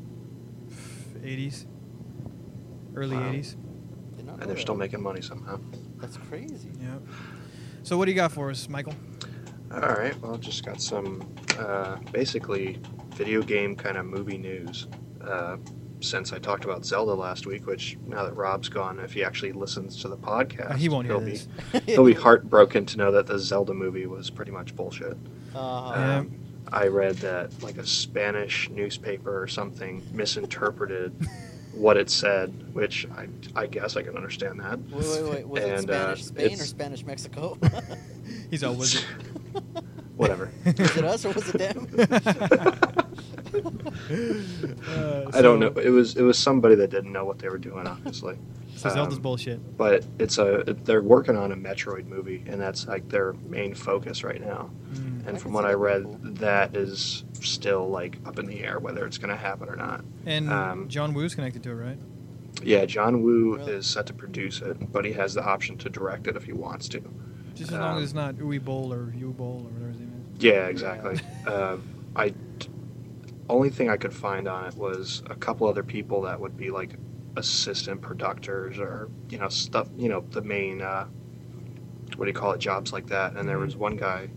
Speaker 1: 80s, early
Speaker 6: Wow.
Speaker 1: 80s.
Speaker 4: Did not know
Speaker 6: And they're
Speaker 4: that.
Speaker 6: still making money somehow.
Speaker 4: That's crazy.
Speaker 1: Yeah. So what do you got for us, Michael?
Speaker 6: All right. Well, just got some uh, basically video game kind of movie news. Uh, since I talked about Zelda last week, which now that Rob's gone, if he actually listens to the podcast,
Speaker 1: Uh, he won't hear
Speaker 6: will
Speaker 1: this.
Speaker 6: Be, he'll be heartbroken to know that the Zelda movie was pretty much bullshit.
Speaker 4: Uh,
Speaker 1: Yeah.
Speaker 6: Um, I read that like a Spanish newspaper or something misinterpreted what it said, which I, I guess I can understand that.
Speaker 4: wait, wait, wait. Was it
Speaker 6: And, uh,
Speaker 4: Spanish Spain or
Speaker 6: it's-
Speaker 4: Spanish Mexico?
Speaker 1: He's all was it?
Speaker 6: Whatever.
Speaker 4: was it us or was it them?
Speaker 1: Uh,
Speaker 6: I don't know.
Speaker 1: so-
Speaker 6: It was it was somebody that didn't know what they were doing, obviously.
Speaker 1: So Zelda's
Speaker 6: Um,
Speaker 1: bullshit.
Speaker 6: But it's a they're working on a Metroid movie, and that's like their main focus right now.
Speaker 1: Mm.
Speaker 6: And
Speaker 4: I
Speaker 6: from
Speaker 4: can
Speaker 6: what
Speaker 4: see
Speaker 6: I
Speaker 4: that
Speaker 6: read,
Speaker 4: being
Speaker 6: that is still like up in the air whether it's going to happen or not.
Speaker 1: And
Speaker 6: um,
Speaker 1: John Woo's connected to it, right?
Speaker 6: Yeah, John Woo
Speaker 4: Really?
Speaker 6: is set to produce it, but he has the option to direct it if he wants to.
Speaker 1: Just as long
Speaker 6: um,
Speaker 1: as it's not Uwe Boll or U Boll or whatever his name is.
Speaker 6: Yeah, exactly. Uh, I only thing I could find on it was a couple other people that would be like assistant producers or you know stuff you know the main uh, what do you call it jobs like that. And there was one guy,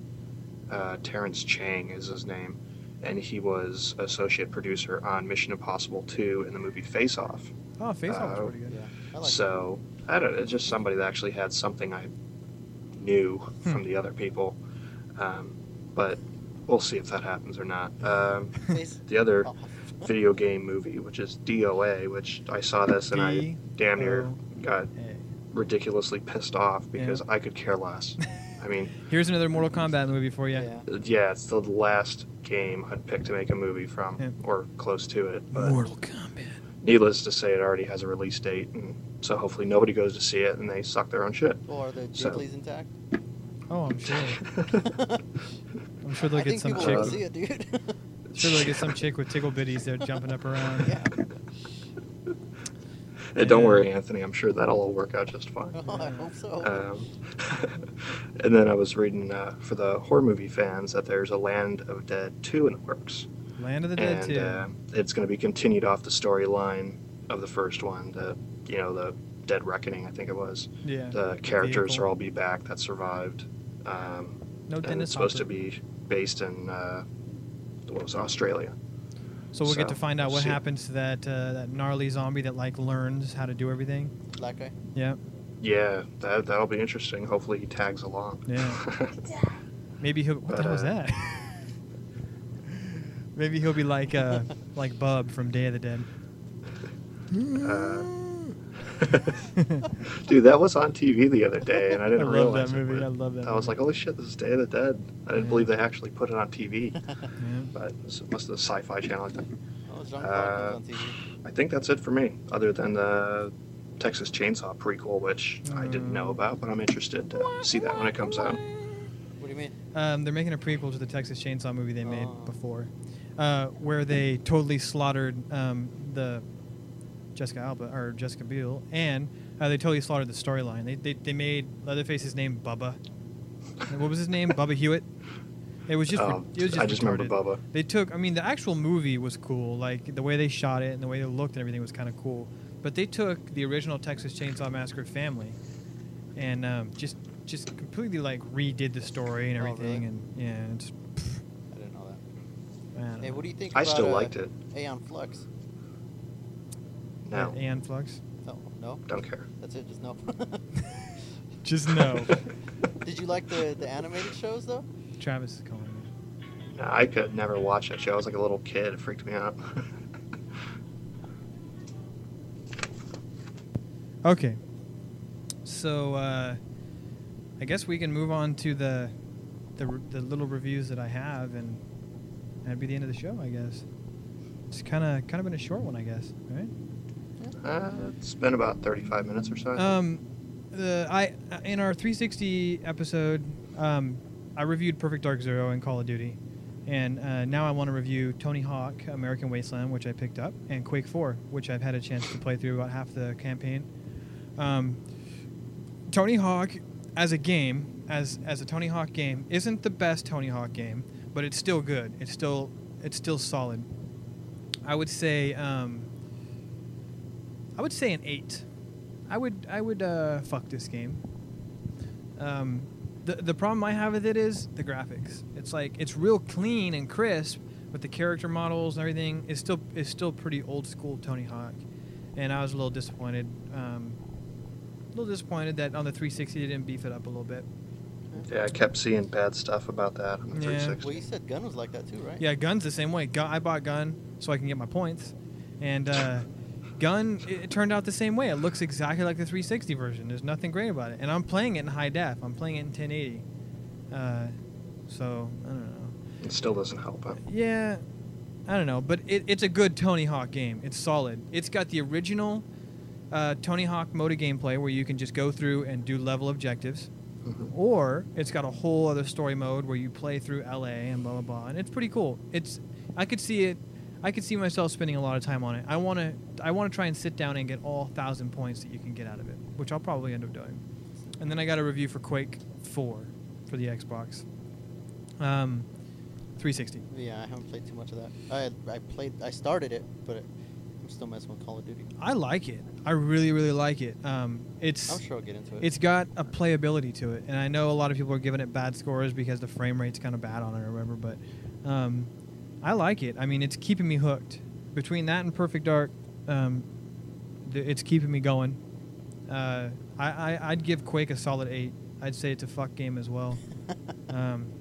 Speaker 6: uh, Terrence Chang is his name, and he was associate producer on Mission Impossible Two and the movie Face Off.
Speaker 1: Oh, Face Off was
Speaker 6: Uh,
Speaker 1: pretty good.
Speaker 4: yeah, I like that.
Speaker 6: So I don't. It's just somebody that actually had something I knew from the other people, um, but we'll see if that happens or not. Um,
Speaker 4: Face Oh,
Speaker 6: the other
Speaker 4: off.
Speaker 6: video game movie, which is DOA, which I saw this and I
Speaker 1: D
Speaker 6: damn near got
Speaker 1: Hey.
Speaker 6: ridiculously pissed off because I could care less. I mean,
Speaker 1: Here's another Mortal Kombat movie for you.
Speaker 4: Yeah.
Speaker 6: yeah, it's the last game I'd pick to make a movie from
Speaker 1: Yeah.
Speaker 6: or close to it, but.
Speaker 1: Mortal Kombat.
Speaker 6: Needless to say, it already has a release date, and so hopefully nobody goes to see it and they suck their own shit.
Speaker 4: Well, Oh, are the
Speaker 6: So-
Speaker 4: Jigglies intact?
Speaker 1: Oh, I'm sure. I'm sure they'll
Speaker 4: I
Speaker 1: get
Speaker 4: think
Speaker 1: some
Speaker 4: people
Speaker 1: chick.
Speaker 4: will
Speaker 6: with-
Speaker 4: see it, dude.
Speaker 1: sure they'll get some chick with tickle bitties there jumping up around.
Speaker 4: yeah.
Speaker 6: Hey, don't
Speaker 1: Mm.
Speaker 6: worry, Anthony. I'm sure that'll all work out just fine.
Speaker 4: Oh, I hope so.
Speaker 6: Um, and then I was reading uh, for the horror movie fans that there's a Land of Dead 2 in the works.
Speaker 1: Land of the Dead
Speaker 6: And
Speaker 1: too.
Speaker 6: uh, it's going to be continued off the storyline of the first one, the, you know, the Dead Reckoning, I think it was.
Speaker 1: yeah.
Speaker 6: The characters
Speaker 1: vehicle.
Speaker 6: are all be back that survived. Um,
Speaker 1: no
Speaker 6: and
Speaker 1: Dennis
Speaker 6: it's supposed to
Speaker 1: Hopper.
Speaker 6: be based in, uh, what was it, Australia.
Speaker 1: So we'll get
Speaker 6: so,
Speaker 1: to find out what
Speaker 6: see.
Speaker 1: happens to that uh, that gnarly zombie that like learns how to do everything.
Speaker 4: Black guy.
Speaker 1: Yeah.
Speaker 6: Yeah, that, that'll be interesting. Hopefully he tags along.
Speaker 1: Yeah. Maybe he'll. What the
Speaker 6: But,
Speaker 1: hell was
Speaker 6: uh,
Speaker 1: that? Maybe he'll be like uh, like Bub from Day of the Dead.
Speaker 6: Uh, Dude, that was on TV the other day, and I
Speaker 1: I
Speaker 6: didn't
Speaker 1: love
Speaker 6: realize
Speaker 1: that
Speaker 6: it
Speaker 1: movie.
Speaker 6: would-
Speaker 1: I love that.
Speaker 6: I was like,
Speaker 1: movie.
Speaker 6: "Holy shit, this is Day of the Dead!" I didn't
Speaker 1: Yeah.
Speaker 6: believe they actually put it on TV,
Speaker 1: Yeah.
Speaker 6: but it was- it must have the Sci-Fi Channel. I think.
Speaker 4: Oh, Jean Claude
Speaker 6: Uh,
Speaker 4: on TV.
Speaker 6: I think that's it for me, other than the Texas Chainsaw prequel, which I didn't
Speaker 1: Mm.
Speaker 6: know about, but I'm interested to see that when it comes out.
Speaker 4: What do you mean?
Speaker 1: Um, they're making a prequel to the Texas Chainsaw movie they made
Speaker 4: Oh.
Speaker 1: before, uh, where they totally slaughtered um, the Jessica Alba or Jessica Biel, and uh, they totally slaughtered the storyline. They, they they made Leatherface's name Bubba. And What was his name? Bubba Hewitt. It was just re-
Speaker 6: Oh,
Speaker 1: it was just
Speaker 6: I just
Speaker 1: retarded.
Speaker 6: remember Bubba.
Speaker 1: They took. I mean, the actual movie was cool. Like the way they shot it and the way they looked and everything was kind of cool. But they took the original Texas Chainsaw Massacre family, and um, just just completely like redid the story and
Speaker 4: Oh,
Speaker 1: everything.
Speaker 4: really?
Speaker 1: And yeah, it's.
Speaker 4: I didn't know that.
Speaker 1: I don't
Speaker 4: Hey,
Speaker 1: know.
Speaker 4: what do you think?
Speaker 6: I
Speaker 4: about,
Speaker 6: still
Speaker 4: uh,
Speaker 6: liked it.
Speaker 4: Aeon Flux.
Speaker 6: No,
Speaker 1: Aeon Flux.
Speaker 4: No, no,
Speaker 6: don't care.
Speaker 4: that's it. Just no.
Speaker 1: Just no.
Speaker 4: Did you like the the animated shows though?
Speaker 1: Travis is calling me.
Speaker 6: No, I could never watch that show. I was like a little kid. It freaked me out.
Speaker 1: Okay. So uh, I guess we can move on to the, the r- the little reviews that I have, and that'd be the end of the show, I guess. It's kind of kind of been a short one, I guess. Right?
Speaker 6: uh, it's been about 35 minutes or so. I think.
Speaker 1: Um, the I uh, in our 360 episode, um, I reviewed Perfect Dark Zero and Call of Duty, and uh, now I want to review Tony Hawk, American Wasteland, which I picked up, and Quake 4, which I've had a chance to play through about half the campaign. Um, Tony Hawk as a game, as as a Tony Hawk game, isn't the best Tony Hawk game, but it's still good. It's still it's still solid. I would say um, I would say an eight. I would I would uh, fuck this game. Um, the the problem I have with it is the graphics. It's like it's real clean and crisp, but the character models and everything is still is still pretty old school Tony Hawk, and I was a little disappointed. Um, a little disappointed that on the 360 they didn't beef it up a little bit.
Speaker 6: Yeah, I kept seeing bad stuff about that on the
Speaker 1: Yeah.
Speaker 6: 360.
Speaker 4: Well, you said gun was like that too, right?
Speaker 1: Yeah, gun's the same way. Gun, I bought gun so I can get my points, and uh, gun it, it turned out the same way. It looks exactly like the 360 version. There's nothing great about it, and I'm playing it in high def. I'm playing it in 1080. Uh, so I don't know.
Speaker 6: It still doesn't help it.
Speaker 1: Yeah, I don't know, but it, it's a good Tony Hawk game. It's solid. It's got the original uh, Tony Hawk mode of gameplay where you can just go through and do level objectives,
Speaker 6: Mhm.
Speaker 1: or it's got a whole other story mode where you play through LA and blah blah blah, and it's pretty cool. It's I could see it. I could see myself spending a lot of time on it. I want to. I want to try and sit down and get all thousand points that you can get out of it, which I'll probably end up doing. And then I got a review for Quake Four for the Xbox. Um, 360.
Speaker 4: Yeah, I haven't played too much of that. I I played, I started it, but I'm still messing with Call of Duty.
Speaker 1: I like it. I really, really like it. Um,
Speaker 4: I'm
Speaker 1: it's
Speaker 4: Oh, sure I'll get into it.
Speaker 1: it's got a playability to it, and I know a lot of people are giving it bad scores because the frame rate's kind of bad on it. I remember, but um, I like it. I mean, it's keeping me hooked. Between that and Perfect Dark, um, th- it's keeping me going. Uh, I, I I'd give Quake a solid eight. I'd say it's a fuck game as well. Um,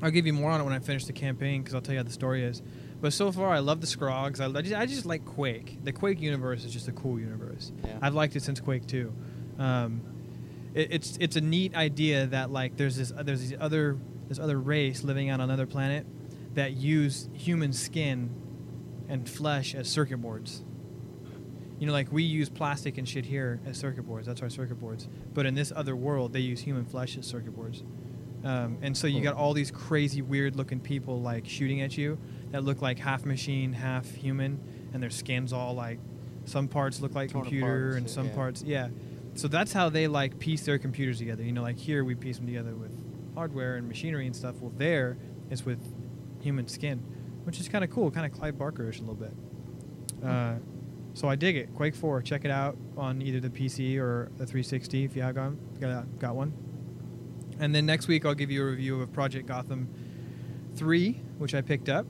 Speaker 1: I'll give you more on it when I finish the campaign because I'll tell you how the story is. But so far, I love the Scrogs. I, I, just, I just like Quake. The Quake universe is just a cool universe.
Speaker 4: Yeah.
Speaker 1: I've liked it since Quake 2. Um, it, it's it's a neat idea that like there's this uh, there's these other this other race living on another planet that use human skin and flesh as circuit boards. You know, like we use plastic and shit here as circuit boards. That's our circuit boards. But in this other world, they use human flesh as circuit boards. Um, and so
Speaker 4: Hmm.
Speaker 1: you got all these crazy, weird-looking people like shooting at you that look like half machine, half human, and their skins all like some parts look like
Speaker 4: Torn
Speaker 1: computer
Speaker 4: apart,
Speaker 1: and
Speaker 4: so-
Speaker 1: some
Speaker 4: yeah.
Speaker 1: parts, yeah. So that's how they like piece their computers together. You know, like here we piece them together with hardware and machinery and stuff. Well, there it's with human skin, which is kind of cool, kind of Clyde Barker-ish a little bit. Uh, so I dig it. Quake 4, check it out on either the PC or the 360 if you have gone, got, got one. And then next week I'll give you a review of Project Gotham 3, which I picked up.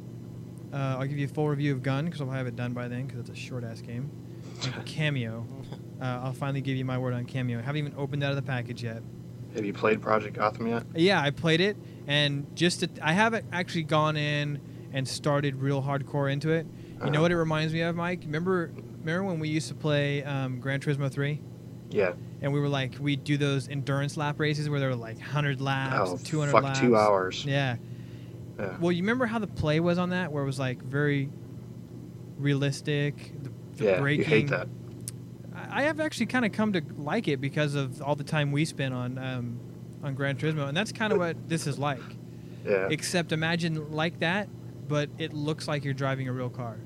Speaker 1: Uh, I'll give you a full review of Gun because I'll have it done by then because it's a short ass game. And Cameo. Uh, I'll finally give you my word on Cameo. I haven't even opened that out of the package yet.
Speaker 6: Have you played Project Gotham yet?
Speaker 1: Yeah, I played it, and just to, I haven't actually gone in and started real hardcore into it. You know
Speaker 6: Uh-huh.
Speaker 1: what it reminds me of, Mike? Remember, remember when we used to play um, Gran Turismo Three,
Speaker 6: Yeah.
Speaker 1: and we were like, we do those endurance lap races where there were like hundred laps,
Speaker 6: Oh,
Speaker 1: two hundred
Speaker 6: fuck,
Speaker 1: laps,
Speaker 6: two hours.
Speaker 1: Yeah.
Speaker 6: Yeah.
Speaker 1: Well, you remember how the play was on that, where it was like very realistic. The, the
Speaker 6: yeah,
Speaker 1: braking.
Speaker 6: you hate that.
Speaker 1: I I have actually kind of come to like it because of all the time we spent on um, on Gran Turismo, and that's kind of what this is like.
Speaker 6: Yeah.
Speaker 1: Except imagine like that, but it looks like you're driving a real car.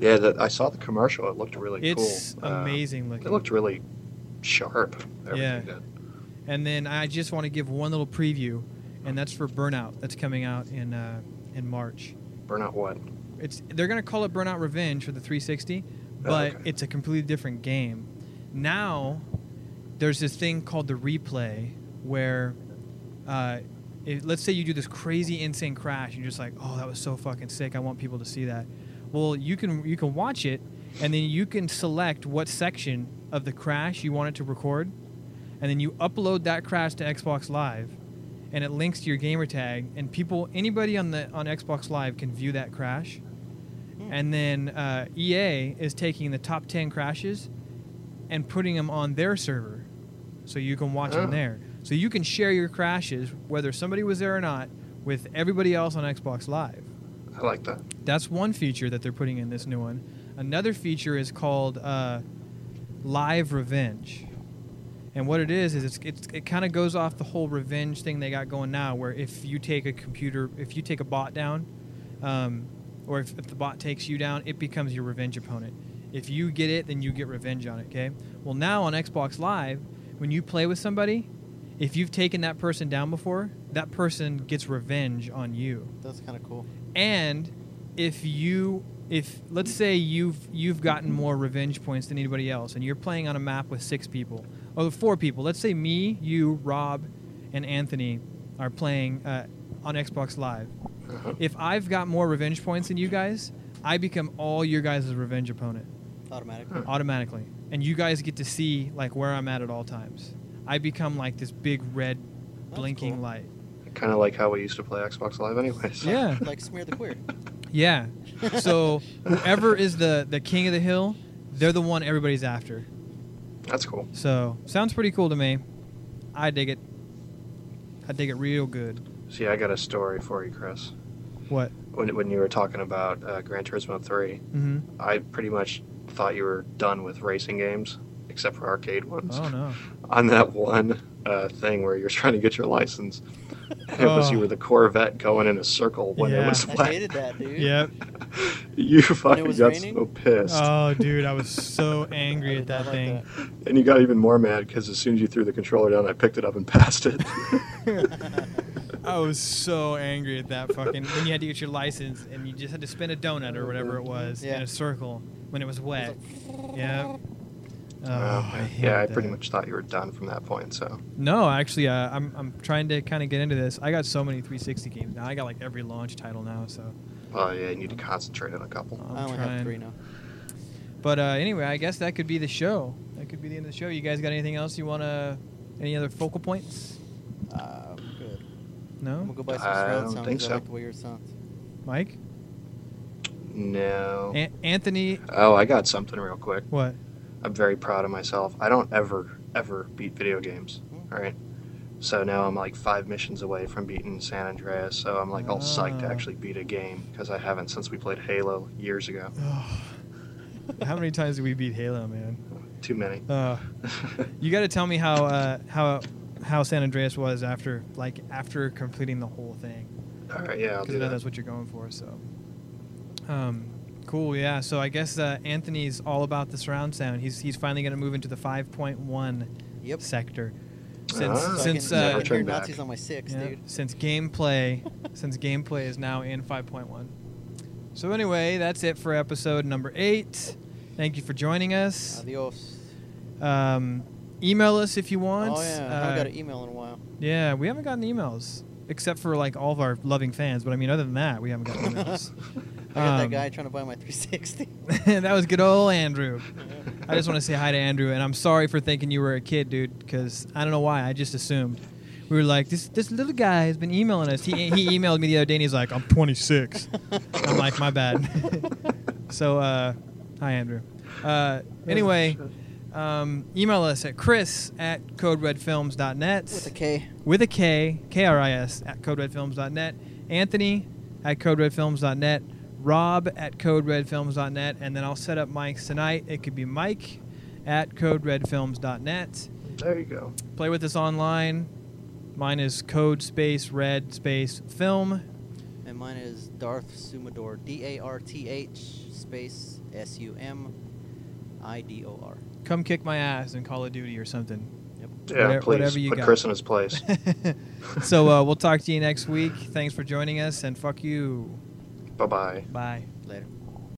Speaker 6: yeah, that I saw the commercial. It looked really
Speaker 1: it's
Speaker 6: cool. Uh,
Speaker 1: amazing looking.
Speaker 6: it looked really sharp. Everything
Speaker 1: Yeah.
Speaker 6: did.
Speaker 1: and then I just want to give one little preview, and that's for Burnout. That's coming out in uh, in March.
Speaker 6: Burnout One.
Speaker 1: It's they're gonna call it Burnout Revenge for the 360, but
Speaker 6: okay.
Speaker 1: it's a completely different game. Now, there's this thing called the replay, where, uh, it, let's say you do this crazy insane crash, and you're just like, oh, that was so fucking sick. I want people to see that. Well, you can you can watch it, and then you can select what section of the crash you want it to record, and then you upload that crash to Xbox Live, and it links to your gamer tag, and people anybody on the on Xbox Live can view that crash. And then uh, EA is taking the top 10 crashes and putting them on their server so you can watch them
Speaker 6: Oh.
Speaker 1: there. So you can share your crashes, whether somebody was there or not, with everybody else on Xbox Live.
Speaker 6: I like that.
Speaker 1: That's one feature that they're putting in this new one. Another feature is called uh, Live Revenge. And what it is is it's, it's it kind of goes off the whole revenge thing they got going now, where if you take a computer, if you take a bot down, um, or if, if the bot takes you down, it becomes your revenge opponent. If you get it, then you get revenge on it. Okay. Well, now on Xbox Live, when you play with somebody, if you've taken that person down before, that person gets revenge on you
Speaker 4: That's kind of cool.
Speaker 1: and if you if let's say you've you've gotten more revenge points than anybody else and you're playing on a map with six people or four people let's say me you rob and anthony are playing uh, on xbox live
Speaker 6: Uh-huh.
Speaker 1: if i've got more revenge points than you guys i become all your guys' revenge opponent
Speaker 4: automatic.
Speaker 6: Huh.
Speaker 1: automatically and you guys get to see like where i'm at at all times i become like this big red
Speaker 4: That's
Speaker 1: blinking
Speaker 4: cool.
Speaker 1: light
Speaker 6: Kind of like how we used to play Xbox Live, anyways.
Speaker 1: Yeah.
Speaker 4: Like smear the queer.
Speaker 1: yeah so whoever is the the king of the hill they're the one everybody's after
Speaker 6: That's cool.
Speaker 1: So sounds pretty cool to me. I dig it. I dig it real good.
Speaker 6: See, I got a story for you, Chris.
Speaker 1: What?
Speaker 6: When, when you were talking about uh, Gran Turismo 3,
Speaker 1: Mm-hmm.
Speaker 6: I pretty much thought you were done with racing games, except for arcade ones.
Speaker 1: Oh no.
Speaker 6: On that one uh, thing where you're trying to get your license, and it was you
Speaker 1: Oh.
Speaker 6: were the Corvette going in a circle when it
Speaker 1: Yeah.
Speaker 6: was
Speaker 4: I
Speaker 6: flat.
Speaker 4: hated that, dude.
Speaker 1: Yep.
Speaker 6: You fucking
Speaker 4: was
Speaker 6: got
Speaker 4: raining?
Speaker 6: so pissed.
Speaker 1: Oh dude, I was so angry
Speaker 4: I
Speaker 1: at
Speaker 4: did not
Speaker 1: that
Speaker 4: like
Speaker 1: thing.
Speaker 6: And you got even more mad because as soon as you threw the controller down, I picked it up and passed it.
Speaker 1: Oh, I was so angry at that fucking when you had to get your license and you just had to spin a donut or whatever it was in
Speaker 4: Yeah.
Speaker 1: a circle when it was wet. Yeah. Oh, I hated
Speaker 6: yeah, I pretty
Speaker 1: that.
Speaker 6: much thought you were done from that point. So
Speaker 1: No, actually, uh, I'm I'm trying to kind of get into this. I got so many 360 games now. I got like every launch title now, so
Speaker 6: well, Oh, yeah, you need to concentrate on a couple.
Speaker 1: I'm
Speaker 4: I only
Speaker 1: trying.
Speaker 4: have three now.
Speaker 1: But uh, anyway, I guess that could be the show. That could be the end of the show. You guys got anything else you want to? Any other focal points?
Speaker 4: Uh, I'm good. I'm
Speaker 1: No,
Speaker 4: gonna go buy some
Speaker 6: I
Speaker 4: surround
Speaker 6: don't
Speaker 4: sound
Speaker 6: think
Speaker 4: 'cause
Speaker 6: so.
Speaker 4: I like the way yours sounds.
Speaker 1: Mike,
Speaker 6: No.
Speaker 1: An- Anthony,
Speaker 6: Oh, I got something real quick.
Speaker 1: what?
Speaker 6: I'm very proud of myself. I don't ever, ever beat video games. All right. So now I'm like five missions away from beating San Andreas. So I'm like all psyched to
Speaker 1: Ah.
Speaker 6: actually beat a game because I haven't since we played Halo years ago.
Speaker 1: How many times did we beat Halo, man?
Speaker 6: Too many.
Speaker 1: Uh, you got to tell me how uh, how how San Andreas was after like after completing the whole thing.
Speaker 6: all right. Yeah, I'll
Speaker 1: because
Speaker 6: do
Speaker 1: I know
Speaker 6: that.
Speaker 1: that's what you're going for. So, um, cool. Yeah. So I guess uh, Anthony's all about the surround sound. He's he's finally going to move into the 5.1
Speaker 4: Yep.
Speaker 1: sector. Since
Speaker 6: Ah.
Speaker 4: So I
Speaker 1: since
Speaker 4: can, I
Speaker 1: uh,
Speaker 6: Never
Speaker 4: can hear
Speaker 6: turn back.
Speaker 4: Nazis on my six,
Speaker 1: yeah,
Speaker 4: dude.
Speaker 1: since gameplay since gameplay is now in 5.1. So anyway, that's it for episode number eight. Thank you for joining
Speaker 4: Uh,
Speaker 1: us.
Speaker 4: Adios.
Speaker 1: Um, email us if you want.
Speaker 4: oh yeah, I
Speaker 1: Uh,
Speaker 4: haven't got an email in a while.
Speaker 1: yeah, we haven't gotten emails except for like all of our loving fans. But I mean, other than that, we haven't gotten emails.
Speaker 4: I got
Speaker 1: Um,
Speaker 4: that guy trying to buy my 360.
Speaker 1: that was good old Andrew.
Speaker 4: Yeah.
Speaker 1: I just want to say hi to Andrew, and I'm sorry for thinking you were a kid, dude, because I don't know why. I just assumed. We were like, this this little guy has been emailing us. He, he emailed me the other day, and he's like, I'm 26. I'm like, my bad. so, uh, hi, Andrew. Uh, anyway, um, email us at chris at coderedfilms.net
Speaker 4: With a K.
Speaker 1: with a K, K R I S, at coderedfilms.net, Anthony at coderedfilms.net, Rob at coderedfilms.net, and then I'll set up mics tonight. It could be Mike at coderedfilms.net.
Speaker 6: There you go.
Speaker 1: Play with us online. Mine is code space red space film.
Speaker 4: And mine is Darth Sumador. D A R T H space S U M I D O R.
Speaker 1: Come kick my ass in Call of Duty or something.
Speaker 6: Yeah,
Speaker 1: Whatever-
Speaker 6: please
Speaker 1: whatever you
Speaker 6: put
Speaker 1: got.
Speaker 6: Chris in his place.
Speaker 1: so uh, we'll talk to you next week. Thanks for joining us, and fuck you.
Speaker 6: bye bye.
Speaker 1: Bye.
Speaker 4: Later.